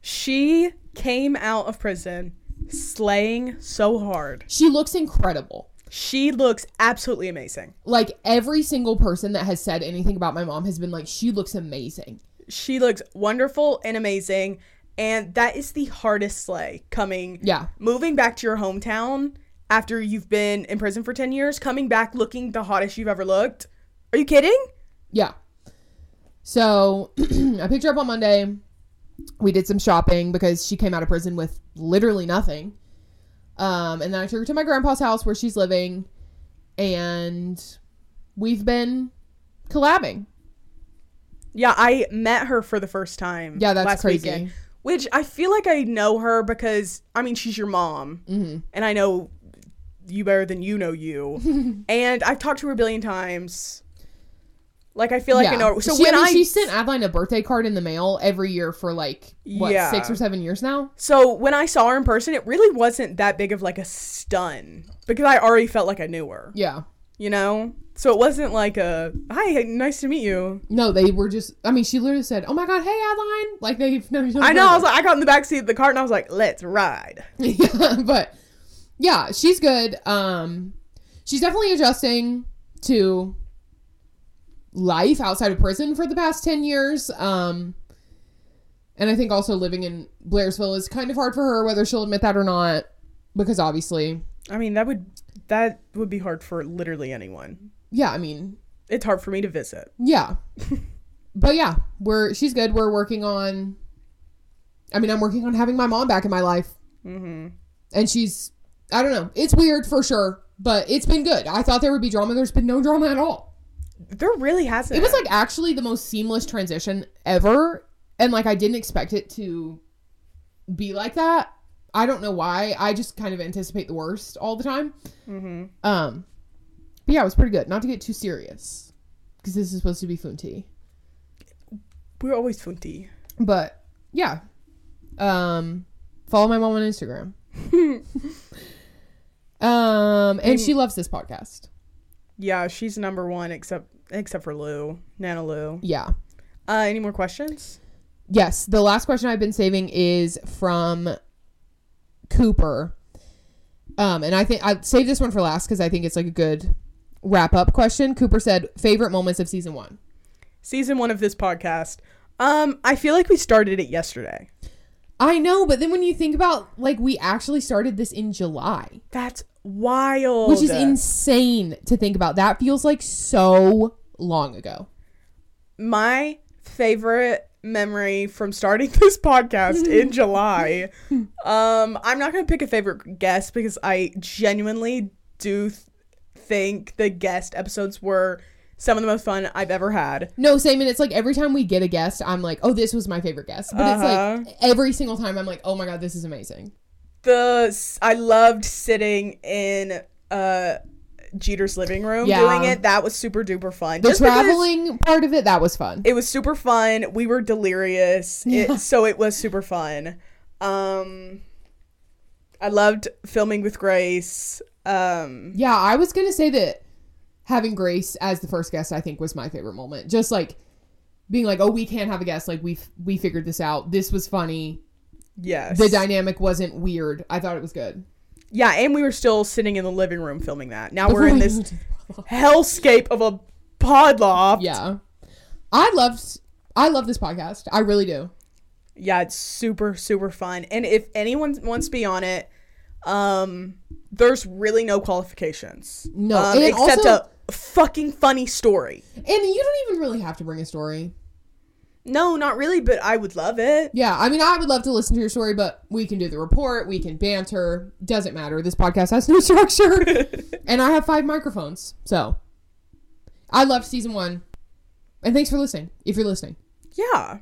She came out of prison slaying so hard.
she looks incredible.
She looks absolutely amazing.
Like every single person that has said anything about my mom has been like, she looks amazing.
She looks wonderful and amazing. And that is the hardest slay coming.
Yeah.
Moving back to your hometown after you've been in prison for 10 years, coming back looking the hottest you've ever looked. Are you kidding?
Yeah. So I picked her up on Monday. We did some shopping because she came out of prison with literally nothing. Um, and then I took her to my grandpa's house where she's living, and we've been collabing.
Yeah, I met her for the first time.
Yeah, that's crazy.
which I feel like I know her because I mean she's your mom,
Mm-hmm.
and I know you better than you know you, and I've talked to her a billion times. Like I feel like I know. Her. So
she,
when
I, mean,
I
she sent Adeline a birthday card in the mail every year for like what
Yeah.
six or seven years now.
so when I saw her in person, it really wasn't that big of like a stun because I already felt like I knew her,
Yeah.
you know. So it wasn't like a hi, nice to meet you.
No, they were just. I mean, she literally said, "Oh my god, hey Adeline!" Like they've known each other.
I know. I was like, I got in the back seat of the cart and I was like, let's ride.
yeah, but yeah, she's good. Um, she's definitely adjusting to life outside of prison for the past ten years. Um, and I think also living in Blairsville is kind of hard for her, whether she'll admit that or not, because obviously,
I mean, that would that would be hard for literally anyone.
yeah, I mean,
It's hard for me to visit.
yeah, but yeah, we're she's good. We're working on. I mean, I'm working on having my mom back in my life, and she's. I don't know. It's weird for sure, but it's been good. I thought there would be drama. There's been no drama at all.
There really hasn't.
It was like actually the most seamless transition ever, and like I didn't expect it to be like that. I don't know why. I just kind of anticipate the worst all the time. Um, but yeah, it was pretty good. Not to get too serious, because this is supposed to be fun tea.
we're always funty.
But yeah. Um follow my mom on Instagram. um and she loves this podcast.
Yeah, she's number one except except for Lou, Nana Lou.
Yeah.
Uh, any more questions?
Yes, the last question I've been saving is from Cooper. Um and I think I saved this one for last cuz I think it's like a good wrap up question. Cooper said favorite moments of season 1.
Season one of this podcast. Um, I feel like we started it yesterday.
I know, but then when you think about like we actually started this in July,
That's wild.
which is insane to think about. That feels like so long ago.
my favorite memory from starting this podcast in July. Um, I'm not gonna pick a favorite guest because I genuinely do th- think the guest episodes were some of the most fun I've ever had.
No, same. And it's like every time we get a guest, I'm like, oh, this was my favorite guest. But it's
Uh-huh.
like every single time I'm like, oh my God, this is amazing.
The s- I loved sitting in uh Jeter's living room
Yeah.
doing it. That was super duper fun.
The
Just because
traveling part of it, that was fun.
It was super fun. We were delirious. It, so it was super fun. Um, I loved filming with Grace. Um,
yeah, I was gonna say that having Grace as the first guest, I think, was my favorite moment. Just like being like, oh, we can't have a guest. Like we we figured this out. This was funny.
yes.
The dynamic wasn't weird. I thought it was good.
yeah, and we were still sitting in the living room filming that. Now
Before
we're in
we
this
moved to the pod.
hellscape of a pod loft.
Yeah, I loved. I love this podcast. I really do.
yeah it's super super fun and if anyone wants to be on it um there's really no qualifications
No,
um,
and
except
also-
a fucking funny story
And you don't even really have to bring a story.
no not really but i would love it
Yeah, I mean, I would love to listen to your story, but we can do the report, we can banter. Doesn't matter. This podcast has no structure, and I have five microphones. So, I loved season one, and thanks for listening. If you're listening,
yeah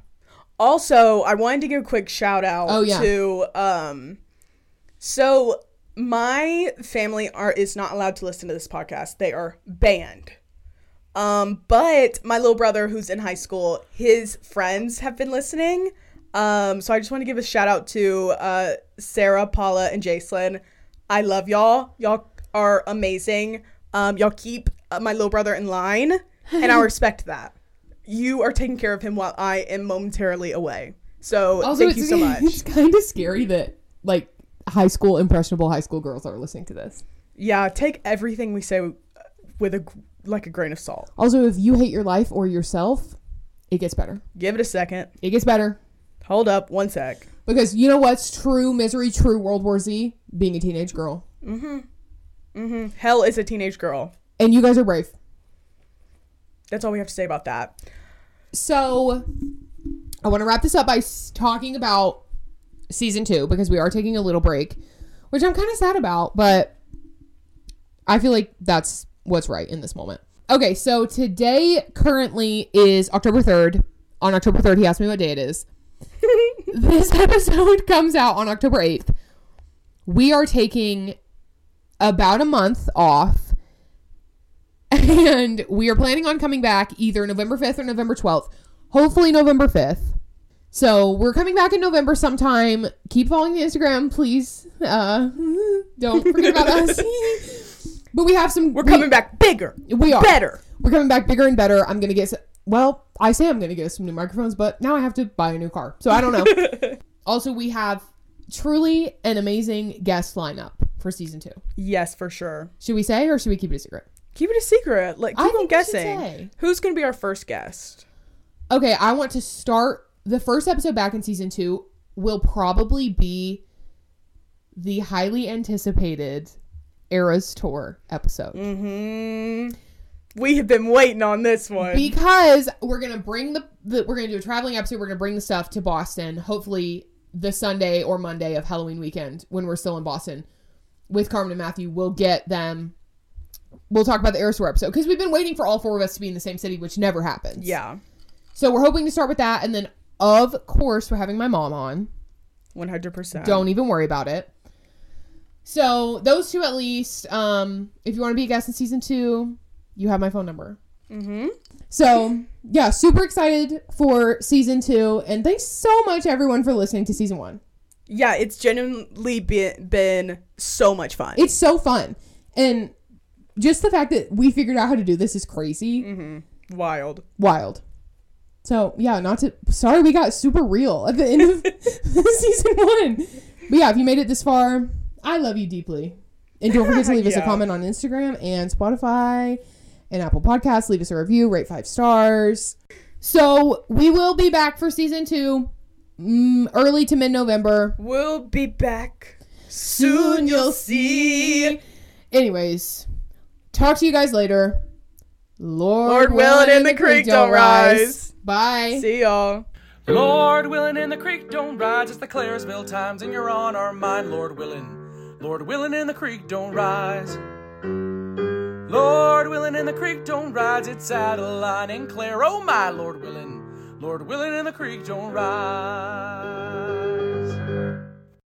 also i wanted to give a quick shout out
Oh, yeah.
to um so my family are is not allowed to listen to this podcast they are banned Um, but my little brother who's in high school, his friends have been listening. Um, so I just want to give a shout out to uh, Sarah, Paula, and Jason. I love y'all. Y'all are amazing. Um, y'all keep uh, my little brother in line, and I respect that. You are taking care of him while I am momentarily away. So
also,
thank you
it's,
so much.
it's kind of scary that like high school impressionable high school girls are listening to this.
yeah, take everything we say with a gr- like a grain of salt.
Also, if you hate your life or yourself, it gets better.
Give it a second.
It gets better
Hold up, one sec.
because you know what's true misery, true World War Z, being a teenage girl,
Hell is a teenage girl.
and you guys are brave.
That's all we have to say about that.
So I want to wrap this up by s- talking about season two because we are taking a little break, which I'm kind of sad about, but I feel like that's what's right in this moment. Okay, so today currently is October 3rd. On October 3rd, he asked me what day it is. this episode comes out on October 8th. We are taking about a month off and we are planning on coming back either November 5th or November 12th. Hopefully, November 5th. So we're coming back in November sometime. Keep following the Instagram, please. Uh, don't forget about us. but we have some.
We're coming back bigger,
We are.
better.
We're coming back bigger and better. I'm gonna get. s well, I say I'm gonna get us some new microphones, but now I have to buy a new car, so I don't know. also, we have truly an amazing guest lineup for season two.
Yes, for sure.
Should we say, or should we keep it a secret?
Keep it a secret. Like
I
keep on
think we should
guessing.
say.
Who's gonna be our first guest?
Okay, I want to start the first episode back in season two will probably be the highly anticipated Eras Tour episode.
Mm-hmm. We have been waiting on this one.
Because we're gonna bring the, the we're gonna do a traveling episode, we're gonna bring the stuff to Boston, hopefully the Sunday or Monday of Halloween weekend when we're still in Boston with Carmen and Matthew. We'll get them we'll talk about the Eras Tour episode. Because we've been waiting for all four of us to be in the same city, which never happens.
yeah,
So we're hoping to start with that and then of course we're having my mom on.
one hundred percent.
Don't even worry about it. So those two at least. Um, if you want to be a guest in season two, you have my phone number.
Mm-hmm.
So yeah, super excited for season two, and thanks so much everyone for listening to season one.
Yeah, it's genuinely been been so much fun.
It's so fun, and just the fact that we figured out how to do this is crazy,
Wild.
wild. So yeah, not to sorry we got super real at the end of season one. But yeah, if you made it this far, I love you deeply. And don't forget to leave us a
Yeah.
comment on Instagram and Spotify and Apple Podcasts. Leave us a review, rate five stars. So we will be back for season two, mm, early to mid November.
We'll be back soon. You'll see.
Anyways, talk to you guys later. Lord,
Lord willing and the creek don't rise.
Bye.
See y'all.
Lord willin' in the creek don't rise. It's the Claresville times, and you're on our mind, Lord willin'. Lord willin' in the creek don't rise. Lord willin' in the creek don't rise. It's Adeline and Claire. Oh my Lord willin'. Lord willin' in the creek don't rise.